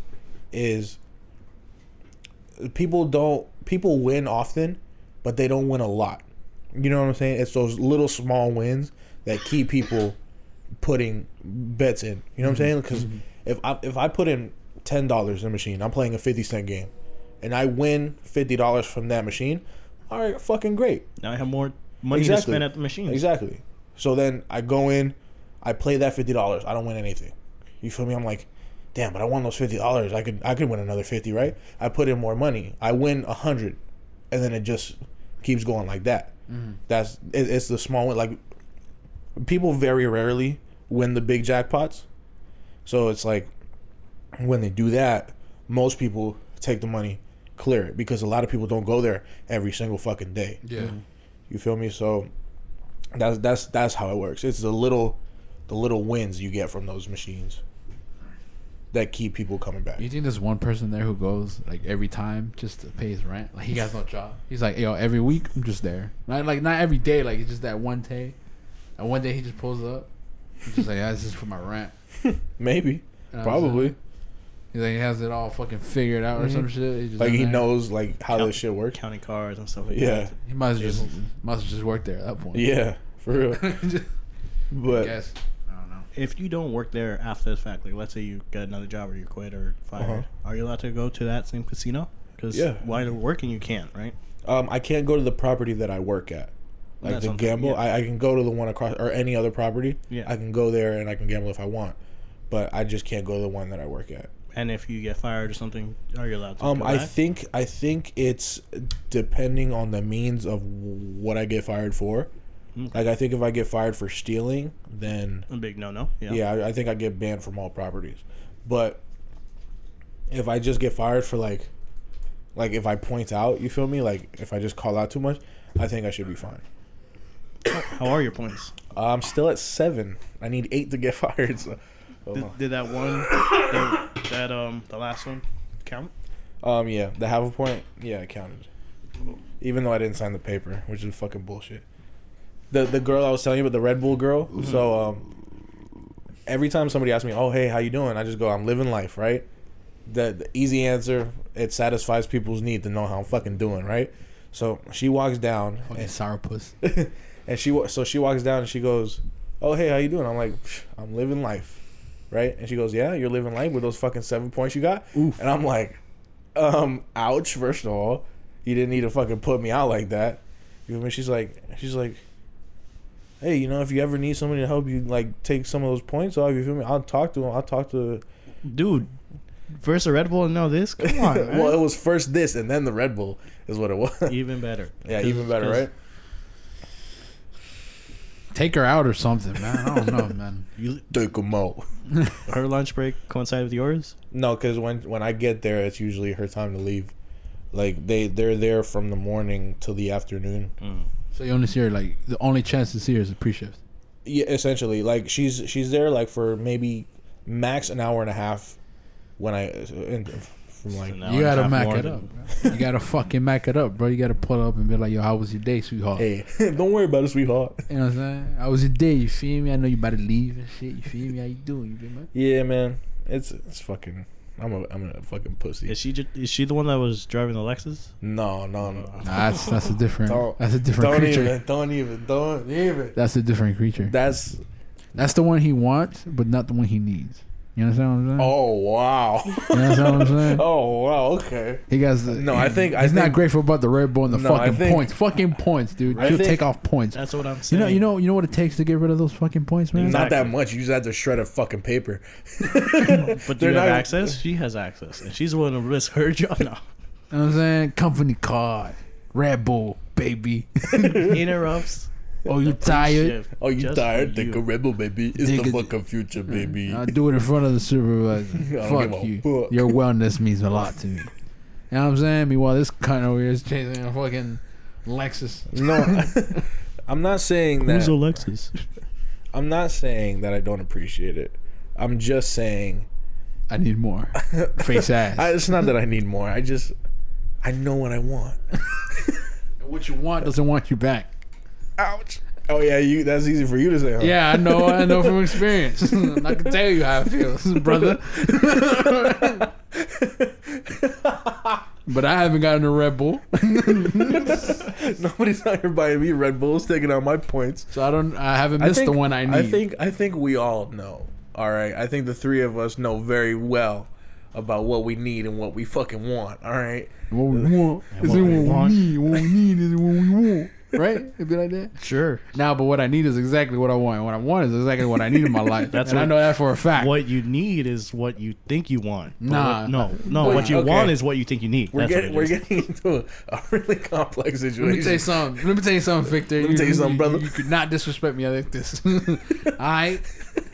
S2: is people don't people win often, but they don't win a lot. You know what I'm saying? It's those little small wins that keep people putting bets in. You know what
S1: Mm-hmm.
S2: I'm saying? Because if I if I put in ten dollars in a machine, I'm playing a fifty cent game, and I win fifty dollars from that machine. All right, fucking great.
S1: Now I have more money to
S2: Exactly.
S1: spend at the machine.
S2: Exactly. So then I go in, I play that fifty dollars. I don't win anything. You feel me? I'm like, damn, but I won those fifty dollars. I could I could win another fifty, right? I put in more money. I win a hundred, and then it just keeps going like that. That's it, it's the small one. Like people very rarely win the big jackpots, so it's like when they do that, most people take the money, clear it because a lot of people don't go there every single fucking day.
S3: Yeah.
S2: You feel me? So that's that's that's how it works. It's the little the little wins you get from those machines that keep people coming back.
S3: You think there's one person there who goes like every time just to pay his rent? Like he has no job. He's like, yo, every week I'm just there. Not like not every day. Like it's just that one day. And one day he just pulls up. He's just like, yeah, this is for my rent.
S2: Maybe.
S3: You know what I'm
S2: Probably.
S3: saying? He's like, he has it all fucking figured out or some shit. He's
S2: Mm-hmm.
S3: just
S2: Like
S3: in
S2: he
S3: there.
S2: knows like how
S1: Count-
S2: this shit works.
S1: Counting cards and stuff like
S2: Yeah.
S1: that.
S3: He might as well just must just work there at that point.
S2: Yeah, for real.
S3: Just-
S2: But
S3: guess. I don't know.
S1: If you don't work there after the fact, like let's say you get another job or you quit or fired,
S2: Uh-huh.
S1: are you allowed to go to that same casino? Because
S2: Yeah.
S1: while you're working, you can't, right?
S2: um I can't go to the property that I work at. Like
S1: That's
S2: the
S1: what I'm saying,
S2: gamble,
S1: yeah.
S2: I, I can go to the one across or any other property.
S1: Yeah.
S2: I can go there and I can gamble if I want. But I just can't go to the one that I work at.
S1: And if you get fired or something, are you allowed to?
S2: Um,
S1: go
S2: I
S1: back?
S2: think I think it's depending on the means of what I get fired for. Like I think if I get fired for stealing, then
S1: a big no no. Yeah.
S2: yeah, I, I think I get banned from all properties. But if I just get fired for like, like if I point out, you feel me? Like if I just call out too much, I think I should be fine.
S1: How are your points?
S2: I'm still at seven. I need eight to get fired. So.
S1: Did, did that one, did that um, the last one, count?
S2: Um, yeah, the half a point, yeah, it counted. Even though I didn't sign the paper, which is fucking bullshit. The the girl I was telling you about, the Red Bull girl. So um, every time somebody asks me, "Oh, hey, how you doing?" I just go, "I'm living life," right? The, the easy answer. It satisfies people's need to know how I'm fucking doing, right? So she walks down,
S3: Fucking sourpuss.
S2: and And she wa- so she walks down and she goes, "Oh hey, how you doing?" I'm like, "Psh, "I'm living life," right? And she goes, "Yeah, you're living life with those fucking seven points you got."
S3: Oof.
S2: And I'm like, "Um, ouch." First of all, you didn't need to fucking put me out like that. You know what I mean? She's like, she's like, "Hey, you know, if you ever need somebody to help you, like take some of those points off, you feel me? I'll talk to him. I'll talk to."
S1: dude. First a Red Bull and now this. Come on, man.
S2: well, it was first this and then the Red Bull is what it was.
S1: even better.
S2: yeah, even better,
S1: 'cause
S2: right?
S3: Take her out or something, man. I don't know, man.
S1: You,
S2: Take 'em out.
S1: her lunch break coincide with yours.
S2: No, because when when I get there, it's usually her time to leave. Like they they're there from the morning till the afternoon.
S3: So you only see her like the only chance to see her is a pre shift.
S2: Yeah, essentially, like she's she's there like for maybe max an hour and a half. When I and from like
S1: An hour
S3: You
S1: and a
S3: gotta
S1: half
S3: mac
S1: more
S3: it
S1: than-
S3: up. bro. You gotta fucking mac it up, bro. You gotta pull up and be like, "Yo, how was your day, sweetheart?"
S2: hey, don't worry about it, sweetheart.
S3: You know what I'm saying? How was your day? You feel me? I know you about to leave and shit. You feel me? How you doing? You feel me?
S2: Yeah, man, it's it's fucking. I'm a I'm a fucking pussy.
S1: Is she ju- is she the one that was driving the Lexus?
S2: No, no, no.
S3: Nah, that's that's a different.
S2: Don't-
S3: that's a different
S2: Don't
S3: creature.
S2: even, don't even, don't even.
S3: That's a different creature.
S2: That's
S3: That's the one he wants, but not the one he needs. You understand what I'm saying?
S2: oh wow,
S3: You understand what I'm saying?
S2: oh wow, okay.
S3: He got the,
S2: No, I think- I
S3: he's not
S2: think-
S3: grateful about the Red Bull and the
S2: No, I
S3: fucking
S2: think-
S3: points. Fucking points, dude.
S2: I
S3: She'll
S2: think-
S3: take off points.
S1: That's what I'm
S3: You
S1: saying.
S3: know, you know, you know what it takes to get rid of those fucking points, man.
S2: Not that
S1: Exactly.
S2: much. You just have to shred a fucking paper.
S1: But do
S2: They're
S1: you have
S2: not-
S1: access? She has access, and she's willing to risk her job now.
S3: You know what I'm saying? Company card, Red Bull, baby.
S1: Interrupts.
S3: oh, you tired?
S1: shift
S2: Oh, you
S1: just for
S2: tired? Think
S1: you.
S2: a rebel, baby. It's
S3: Dig
S2: the
S3: it.
S2: fucking future, baby.
S3: I do it in front of the supervisor.
S2: I don't
S3: Fuck
S2: give a
S3: you.
S2: fuck.
S3: Your wellness means a lot to me. You know what I'm saying? Meanwhile, this cunt over here is chasing a fucking Lexus.
S2: No, I'm not saying
S1: Who's a
S2: that.
S1: Lexus?
S2: I'm not saying that I don't appreciate it. I'm just saying
S3: I need more. Face ass.
S2: I, it's not that I need more. I just I know what I want.
S3: what you want doesn't want you back.
S2: Ouch. Oh yeah, you. That's easy for you to say. Huh?
S3: Yeah, I know. I know from experience. I can tell you how it feels, brother. but I haven't gotten a Red Bull,
S2: Nobody's out here buying me Red Bulls, taking out my points.
S3: so I don't. I haven't missed the one I need.
S2: I think I think we all know. All right, I think the three of us know very well about what we need and what we fucking want. All right,
S3: what we want is
S1: what
S3: what
S1: we
S3: we
S1: want.
S3: need. What we need is what we want. Right? It'd be like that.
S1: Sure.
S3: Now, but what I need is exactly what I want. What I want is exactly what I need in my life.
S1: That's
S3: and I
S1: what-
S3: know that for a fact.
S1: What you need is what you think you want. But
S3: Nah.
S1: what- no, no.
S2: Wait,
S1: what you
S2: okay.
S1: want is what you think you need.
S2: we're
S1: That's what
S2: getting
S1: it
S2: we're
S1: is.
S2: getting into a, a really complex situation.
S3: Let me tell you something. Let me tell you something, Victor. Let
S2: me tell you something, brother.
S3: You, could not disrespect me like this. I,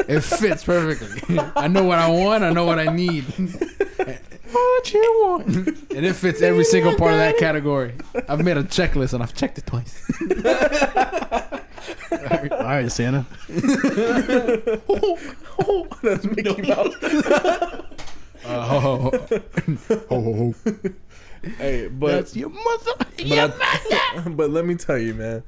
S3: it fits perfectly. I know what I want. I know what I need,
S2: what you want.
S3: and it fits every single part of that category. I've made a checklist and I've checked it twice.
S1: All right, Santa.
S2: Oh, that's Mickey Mouse.
S3: Uh, ho, ho, ho. Ho, ho, ho.
S2: hey, but
S1: That's your mother.
S2: but, I- but let me tell you, man.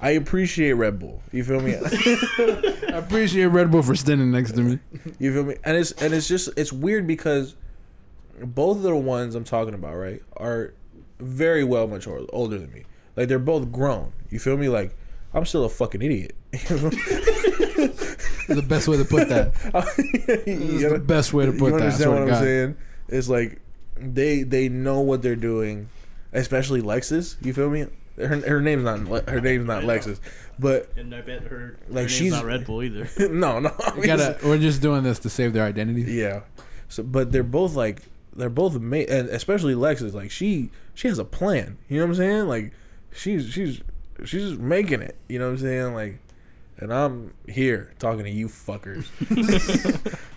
S2: I appreciate Red Bull. You feel me?
S3: I appreciate Red Bull for standing next to me.
S2: You feel me? And it's and it's just it's weird because both of the ones I'm talking about, right, are very well much or- older than me. Like they're both grown. You feel me? Like I'm still a fucking idiot.
S3: It's the best way to put that. It's the
S2: you
S3: best way to put
S2: you
S3: that. I swear
S2: understand what
S3: to
S2: I'm
S3: God.
S2: saying? It's like they they know what they're doing, especially Lexus. You feel me? Her, her name's not Le- her name's not Lexus, but
S1: And I bet her
S2: Like, name's she's- not Red
S1: Bull either.
S2: no no. I mean,
S3: We gotta, we're just doing this to save their identity.
S2: Yeah. So, but they're both like they're both ma- and especially Lexus. Like she she has a plan. You know what I'm saying? Like she's she's she's making it. You know what I'm saying? Like, and I'm here talking to you fuckers. you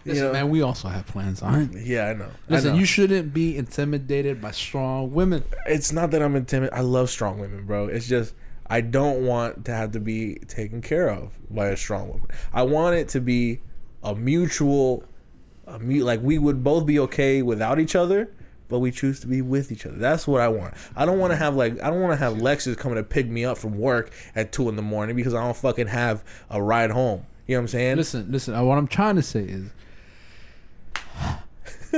S3: Listen,
S2: know?
S3: man, we also have plans, all right?
S2: Yeah, I know. I
S3: Listen,
S2: know.
S3: you shouldn't be intimidated by strong women.
S2: it's not that I'm intimidated. I love strong women, bro. It's just I don't want to have to be taken care of by a strong woman. I want it to be a mutual, a mu- like we would both be okay without each other, but we choose to be with each other. That's what I want. I don't want to have like I don't want to have Lexus coming to pick me up from work at two in the morning because I don't fucking have a ride home. You know what I'm saying?
S3: Listen, listen. uh, What I'm trying to say is,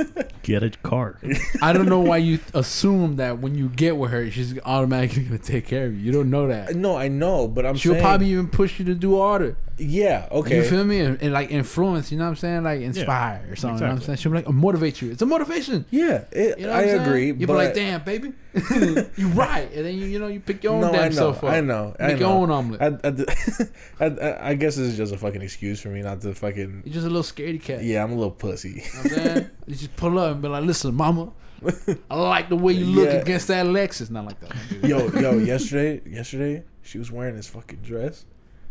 S1: Get a car.
S3: I don't know why you th- assume that when you get with her, she's automatically gonna take care of you. You don't know that.
S2: no, I know, but I'm
S3: She'll
S2: saying-
S3: probably even push you to do harder.
S2: yeah, okay.
S3: You feel me? And, and, like influence, you know what I'm saying? Like inspire or something. You know what I'm
S1: exactly.
S3: saying? She'll be like, motivate you. It's a motivation.
S2: yeah, it,
S3: You know what
S2: I
S3: I'm saying?
S2: agree. but
S3: You be like, damn, baby, you right, and then you you know you pick your own
S2: no,
S3: damn
S2: I know,
S3: self up.
S2: I know,
S3: Make
S2: I know.
S3: your own omelet.
S2: I, I, I, I- I guess this is just a fucking excuse for me not to fucking.
S3: You're just a little scaredy cat.
S2: Yeah, I'm a little pussy.
S3: You know what I'm saying? you just pull up and be like, listen, mama, I like the way you look
S2: Yeah.
S3: against that Lexus. Not like that.
S2: yo, yo, yesterday, yesterday, she was wearing this fucking dress,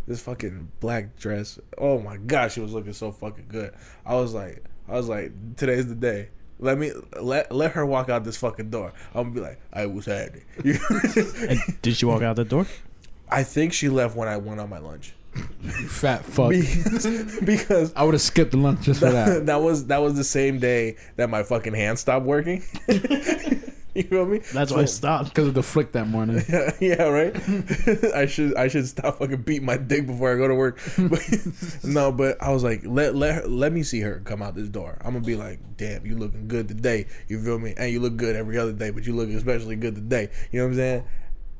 S2: this fucking black dress. Oh my god, she was looking so fucking good. I was like, I was like, today's the day. Let me let let her walk out this fucking door. I'm gonna be like, I was happy.
S1: And did she walk out that door?
S2: I think she left when I went on my lunch
S3: You fat fuck.
S2: because because
S3: I would have skipped the lunch just for that.
S2: that was that was the same day that my fucking hand stopped working. you feel me?
S1: That's why I stopped.
S3: Because of the flick that morning.
S2: yeah, right. I should I should stop fucking beating my dick before I go to work. But, no, but I was like, let let her, let me see her come out this door. I'm gonna be like, damn, you looking good today. You feel me? And you look good every other day, but you look especially good today. You know what I'm saying?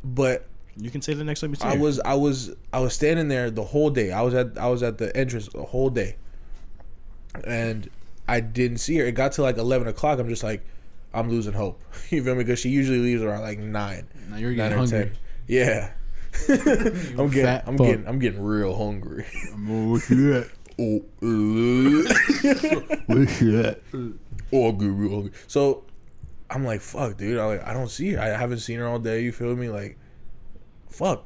S2: But
S1: You can say the next time you see
S2: I
S1: her.
S2: was I was I was standing there the whole day. I was at I was at the entrance the whole day, and I didn't see her. It got to like eleven o'clock. I'm just like, I'm losing hope. You feel me? Because she usually leaves around like nine.
S3: Now you're
S2: Nine
S3: getting
S2: or
S3: hungry.
S2: ten. Yeah. I'm getting
S3: fat
S2: I'm
S3: fuck.
S2: getting I'm getting real hungry.
S3: What's that?
S2: oh, uh,
S3: What's that?
S2: oh, I'm getting real hungry. So I'm like, fuck, dude. I like I don't see her. I haven't seen her all day. You feel me? Like, fuck.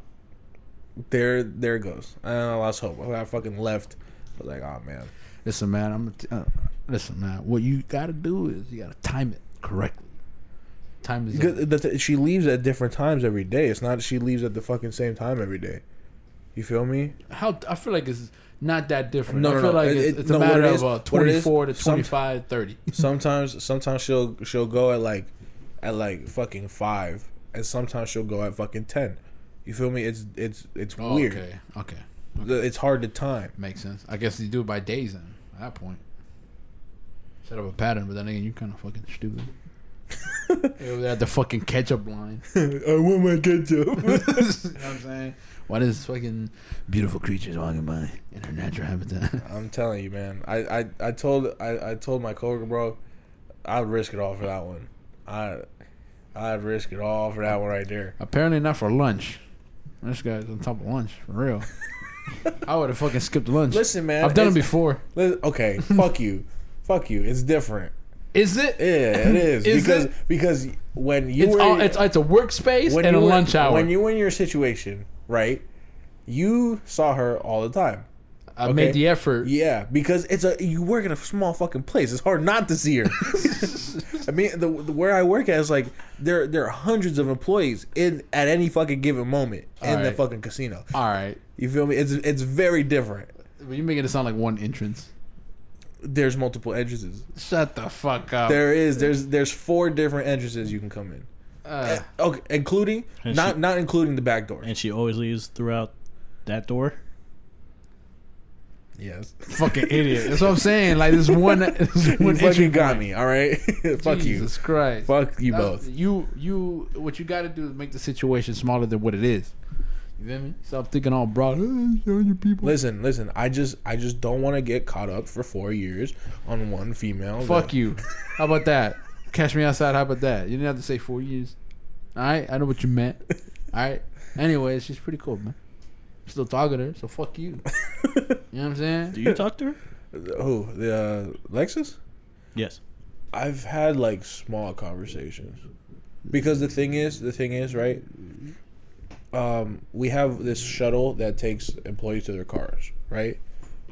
S2: There, there it goes. And I lost hope. I fucking left. I was like, oh man.
S3: Listen, man. I'm. T- uh, listen, man. What you gotta do is you gotta time it correctly. Time is.
S2: Because the th- she leaves at different times every day. It's not she leaves at the fucking same time every day. You feel me?
S3: how I feel like it's not that different.
S2: No,
S3: I
S2: no,
S3: feel
S2: no.
S3: like
S2: It-
S3: it's,
S2: it-
S3: it's
S2: no,
S3: a
S2: what
S3: matter
S2: it
S3: of
S2: is-
S3: uh,
S2: what it is,
S3: 24 to
S2: some-
S3: 25, 30.
S2: sometimes sometimes she'll she'll go at like at like fucking five and sometimes she'll go at fucking ten you feel me it's it's it's
S3: Oh,
S2: weird
S3: Okay, okay,
S2: The- it's hard to time
S3: makes sense. I guess you do it by days then. At that point, set up a pattern. But then again, you're kind of fucking stupid. You're over there at the fucking ketchup line. you
S2: i want my ketchup
S3: know what I'm saying? Why does fucking beautiful creatures walking by in her natural habitat?
S2: i'm telling you man i i, I told I, I told my coworker bro i'd risk it all for that one i i'd risk it all for that one right there
S3: Apparently not for lunch. This guy's on top of lunch for real. I would have fucking skipped lunch.
S2: listen man
S3: I've done it
S2: it's-
S3: before.
S2: li- okay fuck you fuck you it's different
S3: Is it?
S2: yeah it is,
S3: Is
S2: because
S3: it?
S2: because when you
S3: It's,
S2: were
S3: all, it's it's a workspace and a
S2: you were-
S3: lunch hour.
S2: When you were in your situation, right? You saw her all the time.
S3: I
S2: okay.
S3: made the effort.
S2: Yeah, because it's a you work in a small fucking place. It's hard not to see her. I mean, the, the where I work at is like there there are hundreds of employees in at any fucking given moment in the
S3: Alright.
S2: fucking casino.
S3: All right,
S2: You feel me? It's it's very different.
S3: but you're making it sound like one entrance.
S2: There's multiple entrances.
S3: Shut the fuck
S1: Oh.
S3: up.
S2: There is there's there's four different entrances you can come in.
S3: Uh,
S2: Okay, including
S1: And
S2: not
S1: she-
S2: not including the back door.
S1: and she always leaves throughout that door.
S2: Yes.
S3: fucking idiot. That's what I'm saying. Like this one, this
S2: You
S3: one
S2: fucking
S3: entrance.
S2: got me, all right? Fuck you.
S3: Jesus Christ.
S2: Fuck you
S3: That's-
S2: both.
S3: You you what you got to do is make the situation smaller than what it is. You feel me? Stop thinking all broad. "Hey, show your people.
S2: Listen, listen. I just, I just don't want to get caught up for four years on one female.
S3: Fuck you. How about that? Catch me outside. How about that? You didn't have to say four years. All right, I know what you meant. All right. Anyways, she's pretty cool, man. Still talking to her, so fuck you. You know what I'm saying?
S1: Do you talk to her?
S2: Who the uh, Lexus?
S1: Yes.
S2: I've had like small conversations because the thing is, the thing is, right? Um, we have this shuttle that takes employees to their cars, right?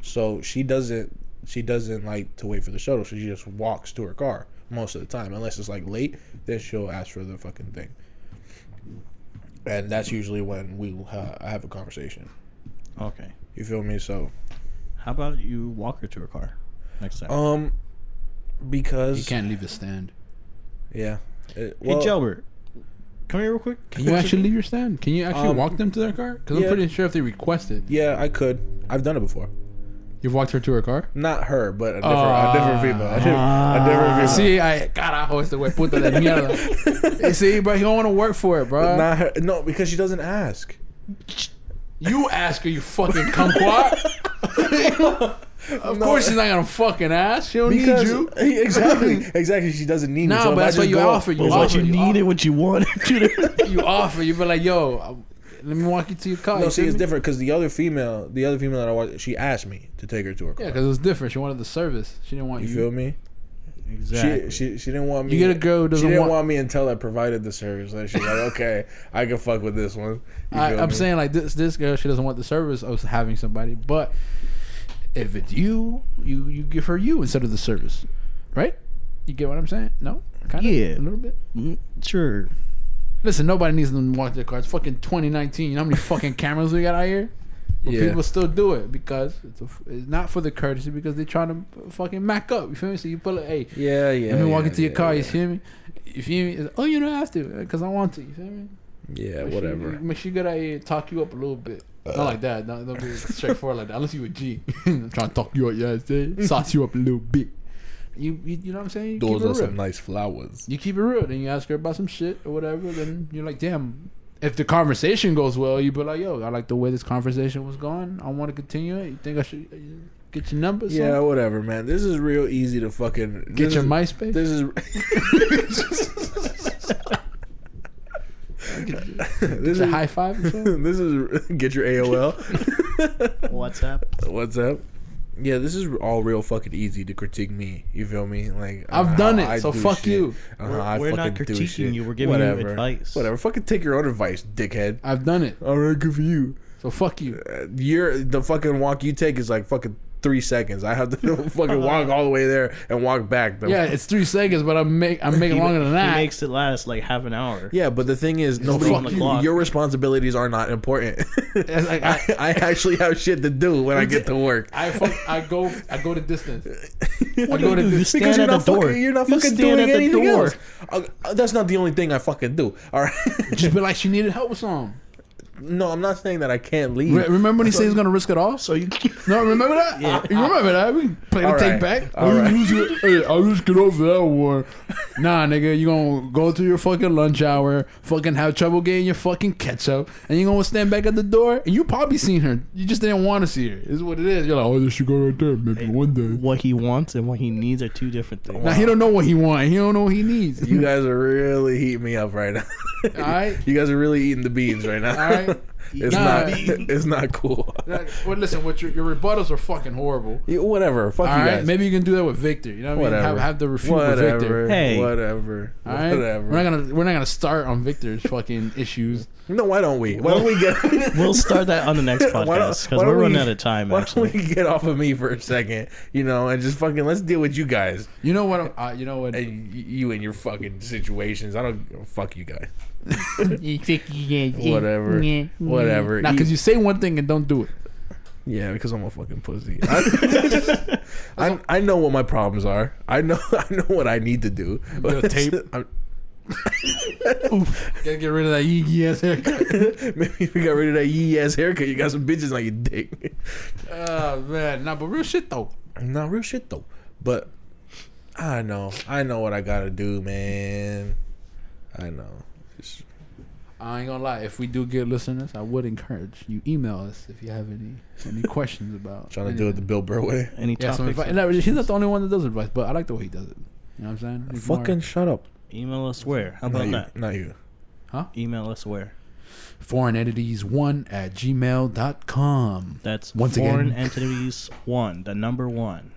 S2: So she doesn't, she doesn't like to wait for the shuttle. So she just walks to her car most of the time, unless it's like late. Then she'll ask for the fucking thing, and that's usually when we uh, have a conversation.
S1: Okay.
S2: You feel me? So,
S1: How about you walk her to her car next time?
S2: um, because
S3: You can't leave a stand.
S2: yeah, It-
S1: hey, Jalbert, come here real quick.
S3: Can you actually leave your stand? Can you actually
S2: Um,
S3: walk them to their car? Because
S2: yeah.
S3: I'm pretty sure if they request it,
S2: Yeah, I could. I've done it before.
S3: You walked her to her car.
S2: Not her, but a different, a different female. A different, a different female.
S3: Ah. See, I carajo este güey puta de mierda. Eh, See, but he don't want to work for it, bro.
S2: Not her. No, because she doesn't ask.
S3: You ask her, you fucking kumquat. of course, she's not gonna fucking ask. She don't
S2: Because
S3: need you.
S2: exactly, exactly, she doesn't need me.
S3: No,
S2: if
S3: but
S2: I
S3: that's
S2: just
S3: what you
S2: go-
S3: offer. You
S1: But what
S3: offer.
S1: you
S3: You,
S1: needed,
S3: offer,
S1: what you wanted. to-
S3: you offer. You be like, yo, I- let me walk you to your car.
S2: No,
S3: you
S2: see,
S3: feel
S2: it's
S3: me?
S2: different because the other female, the other female that I watched, she asked me to take her to her car.
S3: Yeah, because it was different. She wanted the service. She didn't want
S2: you
S3: you.
S2: feel me?
S1: exactly.
S2: She, she she didn't want me.
S3: Mm-hmm. You get a girl who doesn't
S2: she didn't
S3: want-
S2: want, me until I provided the service. Like she's like, okay, I can fuck with this one. You
S3: I,
S2: feel
S3: I'm
S2: me?
S3: saying like this this girl she doesn't want the service of having somebody, but if it's you, you you give her you instead of the service, right? You get what I'm saying? No, kind of,
S1: Yeah.
S3: a little bit.
S1: Mm, sure.
S3: Listen, nobody needs them to walk their car. It's fucking 2019. You know how many fucking cameras we got out here? But
S2: Yeah.
S3: people still do it because it's, a, f- it's not for the courtesy because they're trying to fucking mac up. You feel me? So you pull it, hey,
S2: yeah, yeah.
S3: let me walk
S2: yeah,
S3: into your
S2: yeah,
S3: car. You
S2: Yeah,
S3: feel me? You feel me? It's, oh, you don't have to because I want to. You feel me?
S2: yeah
S3: Make sure you-
S2: whatever. Uh.
S3: make sure you gotta uh, talk you up a little bit. Not like that. Not, don't be straightforward like that. Unless you a G, I'm trying to talk you up. Yeah, you understand? sauce you up a little bit. You, you, you know what I'm saying? You
S2: Those are
S3: keep it
S2: some
S3: real.
S2: nice flowers.
S3: You keep it real. Then you ask her about some shit or whatever. Then you're like, damn. If the conversation goes well, you be like, yo, I like the way this conversation was going. I want to continue it. You think I should uh, get your number? son?
S2: Yeah, whatever, man. This is real easy to fucking
S3: Get
S2: this
S3: your
S2: is-
S3: MySpace.
S2: This is this
S3: Get your
S2: is
S3: high five. or something?
S2: this is get your AOL.
S1: WhatsApp.
S2: What's up? Yeah, this is all real fucking easy to critique me. You feel me? Like
S3: I've
S2: on
S3: done
S2: how
S3: it,
S2: I
S3: so
S2: do
S3: fuck
S2: shit,
S3: you.
S2: on
S1: We're-
S2: how I
S1: we're not
S2: fucking do
S1: critiquing
S2: shit.
S1: you, we're giving you advice.
S2: Whatever. Fucking take your own advice, dickhead.
S3: I've done it.
S2: All right, good for you.
S3: So fuck you.
S2: Uh, You're the fucking walk you take is like fucking three seconds. I have to fucking
S1: Uh-huh.
S2: walk all the way there and walk back. The-
S3: Yeah, it's three seconds, but I'm make I'm making
S1: He-
S3: longer than that.
S1: He makes it last like half an hour.
S2: Yeah, but the thing is,
S1: on the
S2: nobody.
S1: clock.
S2: Your responsibilities are not important.
S3: It's like,
S2: I,
S3: I-
S2: I actually have shit to do when I get to work.
S3: I fuck, I go I go to distance. I
S1: do you
S3: go to
S1: do? You
S3: distance.
S1: stand
S2: Because you're
S1: at
S2: not
S1: the
S2: fucking,
S1: door.
S2: you're not
S1: You
S2: fucking
S1: stand
S2: doing
S1: at the
S2: anything
S1: door.
S2: else. Uh, uh, that's not the only thing I fucking do. All right.
S3: Just be like she needed help with something.
S2: no, I'm not saying that I can't leave.
S3: Re- remember when he said he was gonna risk it all? So you no remember that?
S1: Yeah.
S3: you remember that? We played
S2: All
S3: the
S2: right.
S3: take back.
S2: All
S3: I'll
S2: right.
S3: just get- hey, I'll just get over that one. Nah, nigga, you gonna go through your fucking lunch hour, fucking have trouble getting your fucking ketchup, and you gonna stand back at the door, and you probably seen her. You just didn't want to see her. Is what it is. You're like, oh, this should go right there. Maybe one day.
S1: What he wants and what he needs are two different things.
S3: Now he don't know what he want. He don't know what he needs.
S2: you guys are really heating me up right now.
S3: All right.
S2: You guys are really eating the beans right now.
S3: All right.
S2: It's
S3: Nah.
S2: not. It's not cool.
S3: Like, well, listen, what your, your rebuttals are fucking horrible.
S2: Yeah, Whatever. Fuck
S3: All
S2: you
S3: right,
S2: guys.
S3: maybe you can do that with Victor. You know what I mean?
S2: Whatever.
S3: Have, have the refute with
S2: Whatever.
S3: Victor.
S1: Hey.
S2: Whatever.
S3: All right,
S2: Whatever.
S3: we're not gonna we're not gonna start on Victor's fucking issues.
S2: no, why don't we? Why don't we get?
S1: We'll start that on the next
S2: Why
S1: podcast
S2: don't- why
S1: because
S2: don't
S1: we're running
S2: we-
S1: out of time.
S2: Why
S1: Actually,
S2: don't we get off of me for a second, you know, and just fucking let's deal with you guys
S3: You know what? I'm, uh, you know what?
S2: and y- you and your fucking situations. I don't fuck you guys.
S5: Whatever.
S2: Whatever. Whatever.
S3: Now, because you say one thing and don't do it.
S2: yeah, because I'm a fucking pussy. I, I, I know what my problems are. I know I know what I need to do.
S3: Get a tape.
S2: I'm-
S3: Gotta get rid of that yeegy ass haircut.
S2: maybe if you got rid of that yee ass haircut, you got some bitches on your dick.
S3: Oh man, nah, but real shit though.
S2: Not real shit though. But I know. I know what I gotta do, man. I know. It's-
S3: I ain't gonna lie. If we do get listeners, I would encourage you email us if you have any any questions about
S2: Trying to do it the
S3: anything.
S2: Bill Burr way.
S1: any
S3: Yeah, some
S1: topics?
S3: advice. And that- he's not the only one that does advice, but I like the way he does it. You know what I'm saying? He's more-
S2: Fucking shut up.
S1: Email us where? How
S2: Not
S1: about
S2: you.
S1: that?
S2: Not you.
S1: Email us where?
S3: foreign entities one at gmail.com
S1: That's
S3: Once
S1: foreign
S3: again.
S1: entities one, the number one.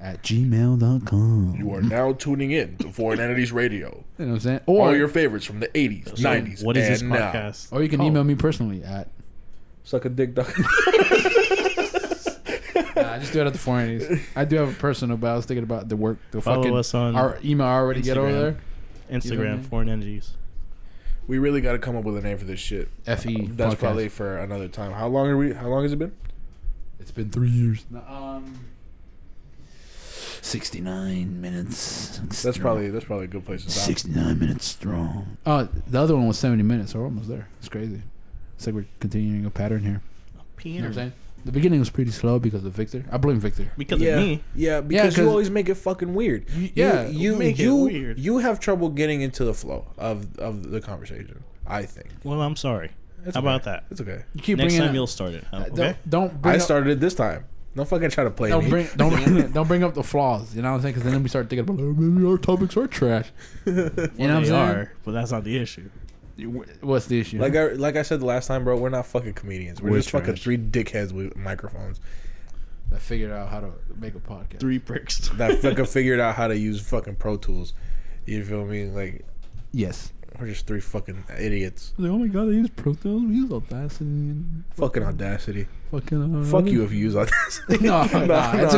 S3: at gmail.com you
S2: You are now tuning in to Foreign Entities Radio.
S3: know what i'm saying or,
S2: All your Oh. favorites from the 80s,
S1: So
S2: 90s,
S1: what is this
S2: and uh, now.
S1: podcast?
S3: or you can email me personally at
S2: Suck a dick, duck.
S3: nah, i just do it at the foreign entities i do have a personal but i was thinking about the work the
S1: Follow
S3: fucking
S1: us on
S3: our email i already get over
S1: Instagram.
S3: there
S1: Instagram,
S3: man.
S1: foreign entities.
S2: we really got to come up with a name for this shit.
S3: fe
S2: That's
S3: E podcast.
S2: probably for another time. How long are we? How long has it been?
S3: it's been three years No, um 69 minutes
S2: That's probably that's probably a good place to stop.
S3: 69 minutes strong oh the other one was 70 minutes so we're almost there it's crazy it's like we're continuing a pattern here you know what i'm saying The beginning was pretty slow because of Victor. I blame Victor.
S1: Because of
S2: yeah,
S1: me.
S2: yeah, because
S3: 'cause-
S2: you always make it fucking weird. You-
S3: yeah,
S2: you
S1: make it
S2: you
S1: weird.
S2: you have trouble getting into the flow of of the conversation. I think.
S1: Well, I'm sorry.
S2: It's
S1: How about
S2: okay.
S1: that?
S2: It's okay.
S3: You keep
S1: Next
S3: bringing
S1: time
S3: up-
S1: you'll start it. How-
S3: uh,
S1: Okay.
S3: don't, don't bring
S2: I
S3: up,
S2: started it this time. Don't fucking try to play
S3: Don't
S2: me.
S3: bring don't bring, don't bring up the flaws. You know what I'm saying? Because then we start thinking about "Oh, maybe our topics are trash. you know what I'm
S1: they
S3: saying?
S1: are, but that's not the issue.
S3: You- What's the issue?
S2: Like uh, I like I said the last time, bro. We're not fucking comedians. We're,
S1: We're
S2: just fucking
S1: trash.
S2: three dickheads with microphones
S3: I figured out how to make a podcast.
S1: Three bricks.
S2: that fucking figured out how to use fucking Pro Tools. You feel me? Like
S3: Yes.
S2: we're just three fucking idiots.
S3: Like, oh my god, they use Proton, we use Audacity and
S2: Fucking audacity.
S3: fucking. Uh,
S2: Fuck you if you use audacity.
S3: No, no, it's a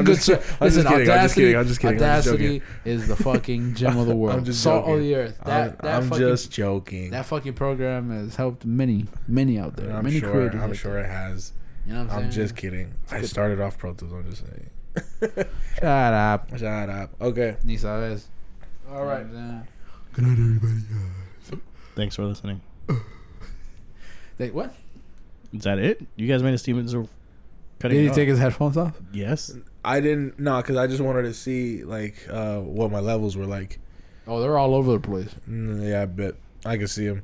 S2: I'm
S3: good.
S2: just-
S3: ser-
S2: I'm just kidding. I'm
S3: Listen,
S2: just
S3: Audacity-
S2: kidding. I'm just kidding. I'm just
S3: Audacity
S2: joking.
S3: is the fucking gem of the world.
S2: I'm just
S3: Salt
S2: joking.
S3: of the earth. That
S2: I'm,
S3: that
S2: I'm
S3: fucking
S2: just joking.
S3: that fucking program has helped many many out there.
S2: I'm
S3: many
S2: sure.
S3: creators.
S2: I'm
S3: out
S2: sure
S3: there.
S2: it has.
S3: You know what I'm saying?
S2: I'm just kidding. I started off Pro Tools. I'm just saying.
S3: Shut up.
S2: Shut up. Okay.
S3: Ni sabes. All right.
S5: Good night, everybody.
S1: Thanks for listening.
S3: They, what?
S1: Is that it? You guys made a Stevens or cutting
S3: Did
S1: it
S3: he
S1: off?
S3: take his headphones off?
S1: Yes.
S2: I didn't no, cause I just wanted to see like uh, what my levels were like.
S3: Oh, they're all over the place.
S2: Mm, yeah, I bet I can see them.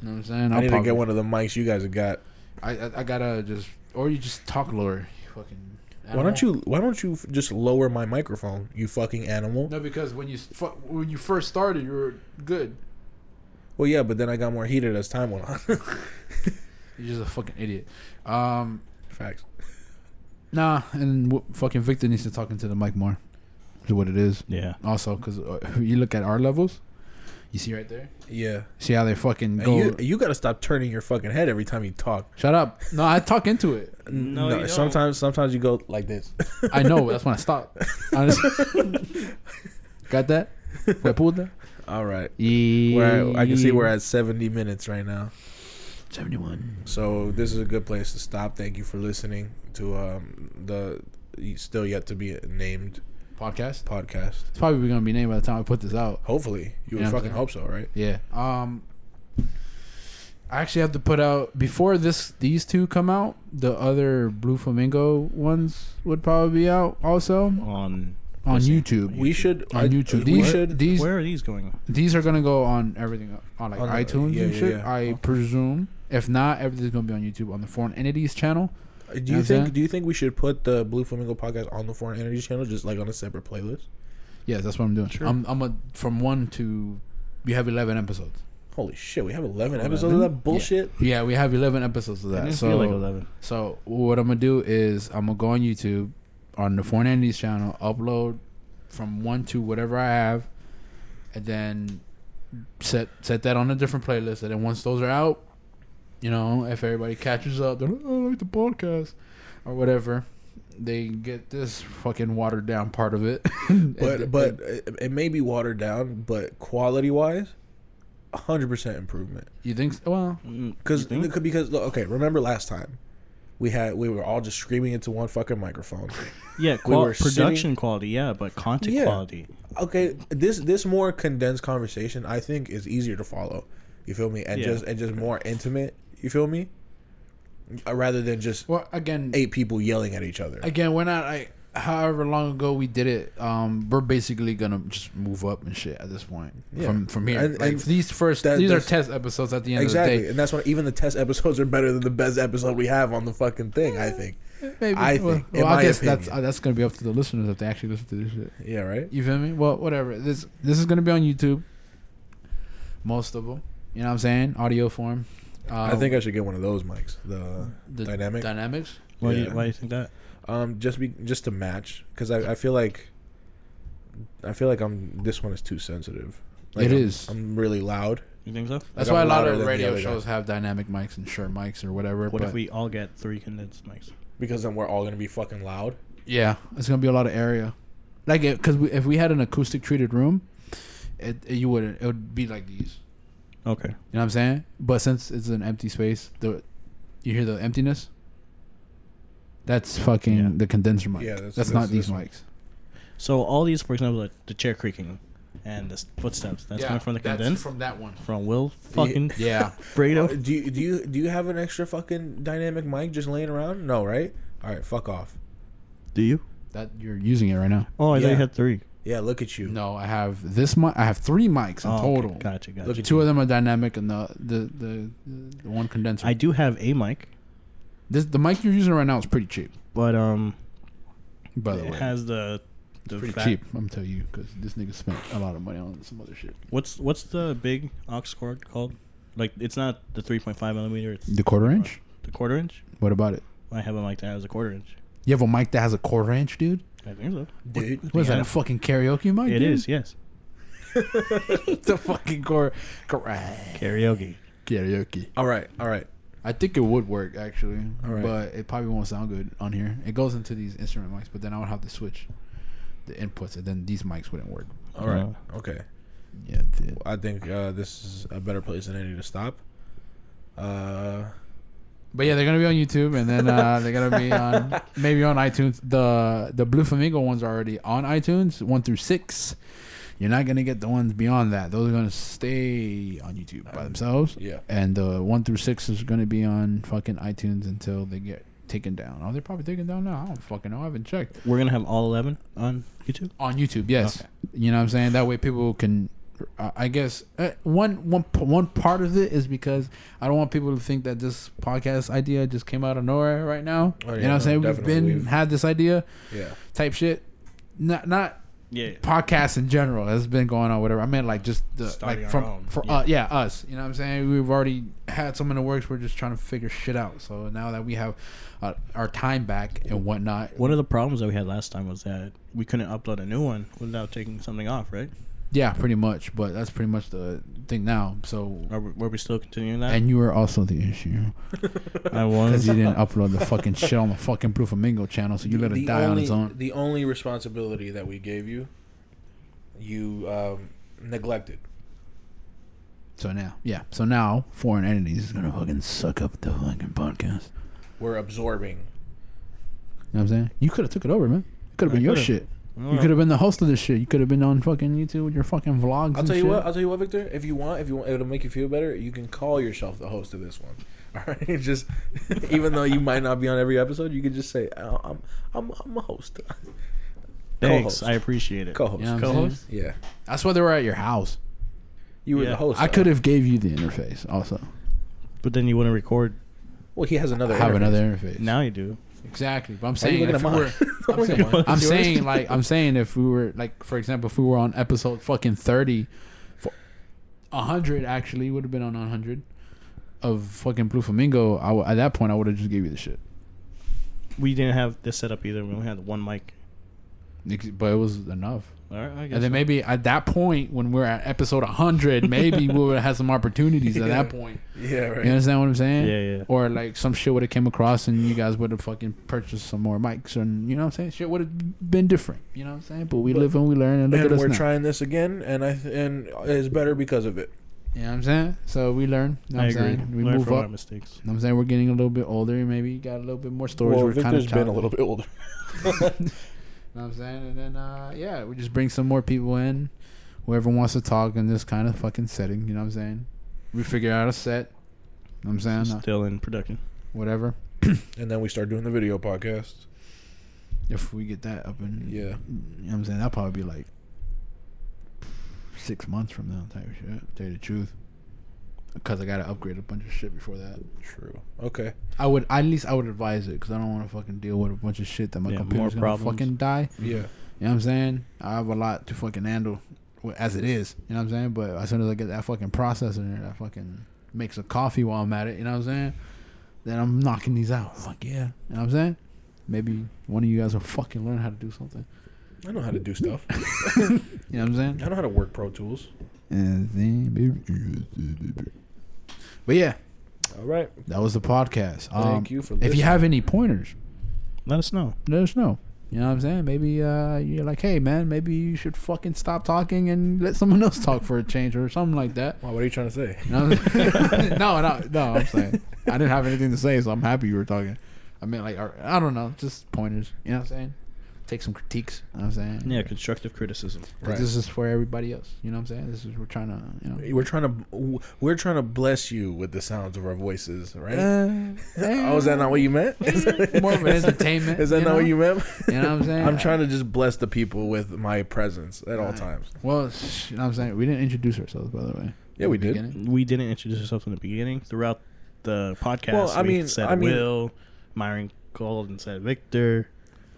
S3: You know what I'm saying?
S2: I need to get one of the mics you guys have got.
S3: I, I I gotta just or you just talk lower. You fucking.
S2: Why
S3: animal.
S2: don't you? Why don't you f- just lower my microphone? You fucking animal.
S3: No, because when you fu- when you first started, you were good.
S2: Well, yeah, but then I got more heated as time went on.
S3: You're just a fucking idiot. Um,
S2: Facts.
S3: nah, and w- fucking Victor needs to talk into the mic more. Is what it is.
S1: Yeah.
S3: Also, because uh, you look at our levels, you see right there.
S2: Yeah.
S3: See how they fucking
S2: And
S3: go.
S2: you you got to stop turning your fucking head every time you talk.
S3: Shut up. No, I talk into it.
S2: N-
S1: No, you don't.
S2: sometimes sometimes you go like this.
S3: I know. That's when I stop. Honestly. Got that? Fue puta?
S2: All right.
S3: Yeah.
S2: We're at, I can see we're at 70 minutes right now.
S3: 71.
S2: So this is a good place to stop. Thank you for listening to um, the still yet to be named
S3: Podcast.
S2: podcast.
S3: It's probably going to be named by the time I put this out.
S2: Hopefully, you
S3: Yeah.
S2: would fucking hope so, right?
S3: Yeah. Um I actually have to put out before this these two come out, the other Blue Flamingo ones would probably be out also
S1: On
S3: on YouTube.
S2: We should
S3: on YouTube.
S2: We
S3: These
S2: should.
S3: these
S1: where are these going?
S3: these are gonna go on everything on like
S2: On the-
S3: iTunes
S2: yeah,
S3: and
S2: yeah,
S3: shit.
S2: yeah.
S3: I presume. If not, everything's gonna be on YouTube on the Foreign Entities channel.
S2: Do you
S3: Yeah,
S2: think?
S3: Zach?
S2: Do you think we should put the Blue Flamingo podcast on the Foreign Energy channel, just like on a separate playlist?
S3: Yes, that's what I'm doing. I'm I'm a, from one to we have eleven episodes.
S2: Holy shit, we have 11 episodes of that bullshit.
S3: Yeah, we have eleven episodes of that.
S1: I didn't
S3: so
S1: feel like 11.
S3: So what I'm gonna do is I'm gonna go on YouTube, on the Foreign Entities channel, upload from one to whatever I have, and then set set that on a different playlist. And then once those are out, you know, if everybody catches up, they're like, oh, I like the podcast or whatever. They get this fucking watered down part of it.
S2: But but it, it may be watered down, but quality wise, 100% improvement.
S3: you think? s- Well,
S2: Because
S1: You think?
S2: because look, okay, remember last time we had we were all just screaming into one fucking microphone.
S1: Yeah, qual-
S2: were
S1: production
S2: sitting-
S1: quality, yeah, but content
S2: Yeah.
S1: quality.
S2: okay, this this more condensed conversation I think is easier to follow. You feel me? And
S1: Yeah.
S2: just and just more intimate. You feel me? Uh, Rather than just
S3: well again,
S2: eight people yelling at each other.
S3: again we're not like however long ago we did it um we're basically gonna just move up and shit at this point
S2: Yeah.
S3: from from here
S2: And-
S3: like
S2: and
S3: these first
S2: that-
S3: these are
S2: that's-
S3: test episodes at the end of
S2: Exactly,
S3: the
S2: and that's why even the test episodes are better than the best episode we have on the fucking thing. I think.
S3: day maybe
S2: I
S3: well,
S2: think, in
S3: well, i
S2: my
S3: guess that's
S2: opinion.
S3: uh, that's gonna be up to the listeners if they actually listen to this shit
S2: Yeah, right.
S3: you feel me well whatever this this is gonna be on youtube most of them you know what i'm saying audio form uh,
S2: I think I should get one of those mics. The,
S3: the
S2: dynamic.
S3: dynamics
S1: Why, do
S2: Yeah.
S1: you, why do you think that?
S2: um, just be just to match because I, I feel like I feel like I'm this one is too sensitive. Like
S3: It
S2: I'm,
S3: is.
S2: I'm really loud.
S1: You think so?
S3: that's
S2: I'm
S3: why a lot
S2: louder
S3: of
S2: than the
S3: radio
S2: other guy.
S3: shows have dynamic mics and sure mics or whatever
S1: What
S3: but
S1: if we all get three condensed mics?
S2: because then we're all gonna be fucking loud.
S3: Yeah, it's gonna be a lot of area. Like, because we, if we had an acoustic treated room, it, it- you wouldn't. It would be like these.
S1: Okay.
S3: You know what I'm saying? But since it's an empty space, the you hear the emptiness. That's fucking
S1: Yeah.
S3: the condenser mic.
S2: Yeah,
S3: that's,
S2: that's-
S3: not
S2: that's-
S3: these
S2: that's-
S3: mics.
S1: So all these, for example, like the chair creaking and the s- footsteps, that's coming from the condensed? From,
S3: from that one.
S1: Will fucking
S3: Yeah,
S1: Fredo?
S3: Oh.
S2: Do you do you do you have an extra fucking dynamic mic just laying around? No, right? All right, fuck off.
S1: Do you?
S3: That you're using it right now.
S1: Oh, I thought
S2: Yeah.
S1: you had three.
S2: Yeah, look at you.
S3: No, I have this mic. I have three mics in
S1: Oh, okay.
S3: total.
S1: Gotcha, gotcha.
S2: Look at
S3: Two of them are dynamic, and the the the, the, the one condenser.
S1: I do have a mic,
S3: this, the mic you're using right now is pretty cheap.
S1: but um,
S3: By the
S1: it
S3: way,
S1: has the the
S3: pretty
S1: fat-
S3: cheap. I'm telling you, because this nigga spent a lot of money on some other shit.
S1: What's what's the big aux cord called? Like it's not the 3.5 millimeter. It's
S3: The quarter inch.
S1: the quarter inch.
S3: What about it?
S1: I have a mic that has a quarter inch.
S3: You have a mic that has a quarter inch, dude.
S1: I think so.
S2: Dude.
S3: What is
S1: Yeah.
S3: that? A fucking karaoke mic?
S1: It is, yes.
S3: Yes. the fucking core. Correct.
S1: Karaoke.
S3: Karaoke.
S2: All right, all right.
S3: I think it would work actually,
S2: Alright.
S3: but it probably won't sound good on here. It goes into these instrument mics, but then I would have to switch the inputs, and then these mics wouldn't work.
S2: All right.
S3: Uh-huh.
S2: Okay.
S3: Yeah, dude.
S2: I think uh, this is a better place than any to stop. Uh,
S3: But yeah, they're gonna be on YouTube, and then uh, they're gonna be on maybe on iTunes. The the Blue Flamingo ones are already on iTunes, one through six. You're not gonna get the ones beyond that. Those are gonna stay on YouTube by themselves.
S2: yeah.
S3: And uh, one through six is gonna be on fucking iTunes until they get taken down. Oh, they're probably taken down now. I don't fucking know. I haven't checked.
S1: We're gonna have all 11 on YouTube.
S3: on YouTube. Yes, you know what I'm saying. That way, people can. I I guess uh, one one p- one part of it is because I don't want people to think that this podcast idea just came out of nowhere right now.
S2: Oh,
S3: you
S2: yeah,
S3: know what I'm saying?
S2: no,
S3: We've
S2: definitely.
S3: been
S2: We've-
S3: had this idea
S2: yeah.
S3: type shit. Not not
S1: Yeah.
S3: podcasts in general has been going on whatever. I meant like just the
S1: Starting
S3: like
S1: our
S3: from
S1: own,
S3: for
S1: yeah.
S3: Uh, yeah us. You know what I'm saying? We've already had some in the works. We're just trying to figure shit out. So now that we have uh, our time back and whatnot,
S1: One of the problems that we had last time was that we couldn't upload a new one without taking something off, right?
S3: yeah, pretty much. But that's pretty much the thing now. So
S1: Are we, were we still continuing that?
S3: And you were also the issue
S1: I
S3: because
S1: was.
S3: you didn't upload the fucking shit on the fucking Blue Flamingo channel, so you let it die
S2: only,
S3: on its own.
S2: The only responsibility that we gave you, you um, neglected.
S3: So now, yeah, so now foreign entities is gonna fucking suck up the fucking podcast.
S2: We're absorbing.
S3: You know what I'm saying? You could have took it over, man. It could have been your
S1: coulda.
S3: shit.
S1: No,
S3: You
S1: no.
S3: could have been the host of this shit. You could have been on fucking YouTube with your fucking vlogs.
S2: I'll
S3: and
S2: tell you
S3: Oh, shit.
S2: what. I'll tell you what, Victor. If you want, if you want, it'll make you feel better. You can call yourself the host of this one. All right. Just even though you might not be on every episode, you could just say "I- I'm I'm I'm a host.
S1: Thanks,
S2: co-host.
S1: I appreciate it.
S2: Co-host.
S3: You know what I'm
S1: Co-host?
S3: saying?
S2: Yeah.
S3: That's why they were at your house.
S2: You were
S1: Yeah.
S2: the host.
S3: I
S2: though.
S3: could have gave you the interface also.
S1: But then you wouldn't record.
S2: Well, he has another.
S3: I have
S2: interface.
S3: another interface.
S1: Now you do.
S3: Exactly, but I'm
S2: Why are you
S3: saying
S2: looking
S3: if
S2: at
S3: we
S2: mine?
S3: were,
S2: Don't look at mine.
S3: I'm
S1: yours?
S3: saying like I'm saying if we were like for example if we were on episode fucking 30 for 100 actually would have been on 100 of fucking Blue Flamingo I w- at that point I would have just gave you the shit
S1: We didn't have this setup either. We only had one mic.
S3: Ex- but it was enough
S1: All right, I guess.
S3: and then maybe at that point when we're at episode 100 maybe we would have some opportunities at that
S2: Yeah.
S3: point
S2: Yeah. Right.
S3: you understand what I'm saying
S1: Yeah, yeah.
S3: or like some shit would have came across and you guys would have fucking purchased some more mics and you know what I'm saying shit would have been different you know what I'm saying but we live and we learn and look at
S2: and
S3: us
S2: we're
S3: now.
S2: trying this again, and I th- and it's better because of it.
S3: You know what I'm saying? So we learn. You know
S1: I
S3: what I'm
S1: agree.
S3: saying? We
S1: Learn
S3: move
S1: from
S3: up.
S1: our
S3: You know
S1: mistakes.
S3: what I'm saying? We're getting a little bit older. Maybe you got a little bit more stories.
S2: Well,
S3: we're kind
S2: Victor's
S3: of
S2: been a little bit older.
S3: You know what I'm saying? And then, uh, yeah, we just bring some more people in. Whoever wants to talk in this kind of fucking setting. You know what I'm saying? We figure out a set. You know what I'm saying? Uh,
S1: Still in production.
S3: whatever.
S2: And then we start doing the video podcast.
S3: If we get that up and.
S2: Yeah.
S3: You know what I'm saying? That'll probably be like six months from now type of shit. Tell you the truth. Because I got to upgrade a bunch of shit before that.
S2: True. Okay.
S3: I would at least I would advise it because I don't want to fucking deal with a bunch of shit that my
S1: Yeah,
S3: computer's
S1: more
S3: gonna
S1: problems.
S3: fucking die.
S2: Yeah.
S3: You know what I'm saying? I have a lot to fucking handle wi- as it is. You know what I'm saying? But as soon as I get that fucking processor in there that fucking makes a coffee while I'm at it, you know what I'm saying? Then I'm knocking these out. Fuck yeah. You know what I'm saying? Maybe one of you guys will fucking learn how to do something.
S2: I know how to do stuff.
S3: You know what I'm saying?
S2: I know how to work Pro Tools.
S3: And then maybe. But yeah,
S2: All right.
S3: that was the podcast. Um,
S2: Thank you for
S3: If you
S2: listening.
S3: have any pointers,
S1: Let us know.
S3: let us know. You know what I'm saying? Maybe uh, you're like, hey man, maybe you should fucking stop talking and let someone else talk for a change or something like that.
S2: Wow, what are you trying to say?
S3: You know what I'm- no, no, no. I'm saying I didn't have anything to say, so I'm happy you were talking. I mean, like, or- I don't know, just pointers. You know what I'm saying? take some critiques. You know what I'm saying?
S1: Yeah, constructive criticism.
S3: 'Cause This is for everybody else. You know what I'm saying? This is we're trying to, you know.
S2: We're trying to we're trying to bless you with the sounds of our voices, right? oh,
S3: oh,
S2: is that not what you meant?
S3: eh, more of an entertainment?
S2: Is that
S3: you
S2: not
S3: know?
S2: what you meant?
S3: You know what I'm saying?
S2: I'm trying to just bless the people with my presence at all times.
S3: Well, sh- you know what I'm saying? We didn't introduce ourselves, by the way.
S2: Yeah, we did.
S3: Beginning.
S1: We didn't introduce ourselves in the beginning. Throughout the podcast,
S2: Well, I
S1: we
S2: mean-
S1: said
S2: I mean-
S1: Will, Myron called and said Victor.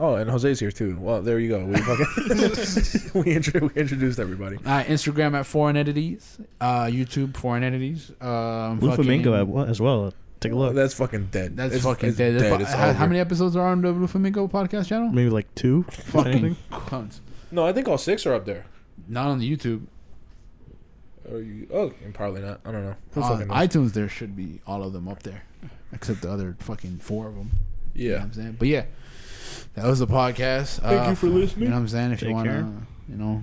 S2: Oh, and Jose's here too. Well, there you go. We fucking we, intro- we introduced everybody.
S3: Uh, Instagram at Foreign Entities, uh, YouTube Foreign Entities. Um,
S1: Lou
S3: fucking-
S1: Flamingo at what- as well. Take a look.
S2: That's fucking dead.
S3: That's
S2: It's-
S3: fucking
S2: it's
S3: dead. That's pro-
S2: It's
S3: how, how
S2: over.
S3: many episodes are on the Lufamingo podcast channel?
S1: Maybe like two. if
S3: Fucking
S1: anything.
S3: cunts.
S2: No, I think all six are up there.
S3: Not on the YouTube.
S2: Or you, oh, and probably not. I don't know. Who
S3: On
S2: fucking knows?
S3: iTunes, there should be all of them up there, except the other fucking four of them. You know
S2: yeah.
S3: what I'm saying? But yeah, that was the podcast. Thank
S2: you for listening.
S3: You know what I'm saying? If you
S1: Take
S3: want
S1: care.
S3: to, you know,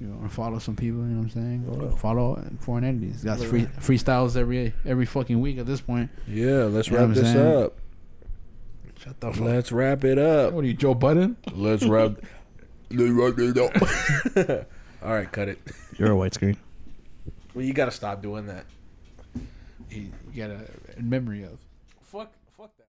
S3: you know, follow some people, you know what I'm saying? Follow foreign entities. Got free freestyles every every fucking week at this point.
S2: Yeah, let's
S3: You know
S2: wrap
S3: what I'm
S2: this
S3: saying?
S2: up.
S3: Shut the fuck.
S2: Let's wrap it up.
S3: What are you, Joe Budden?
S2: Let's wrap. Let's wrap it up. All right, cut it.
S1: You're a white screen.
S2: Well, you gotta stop doing that.
S3: You got a memory of.
S2: Fuck. Fuck that.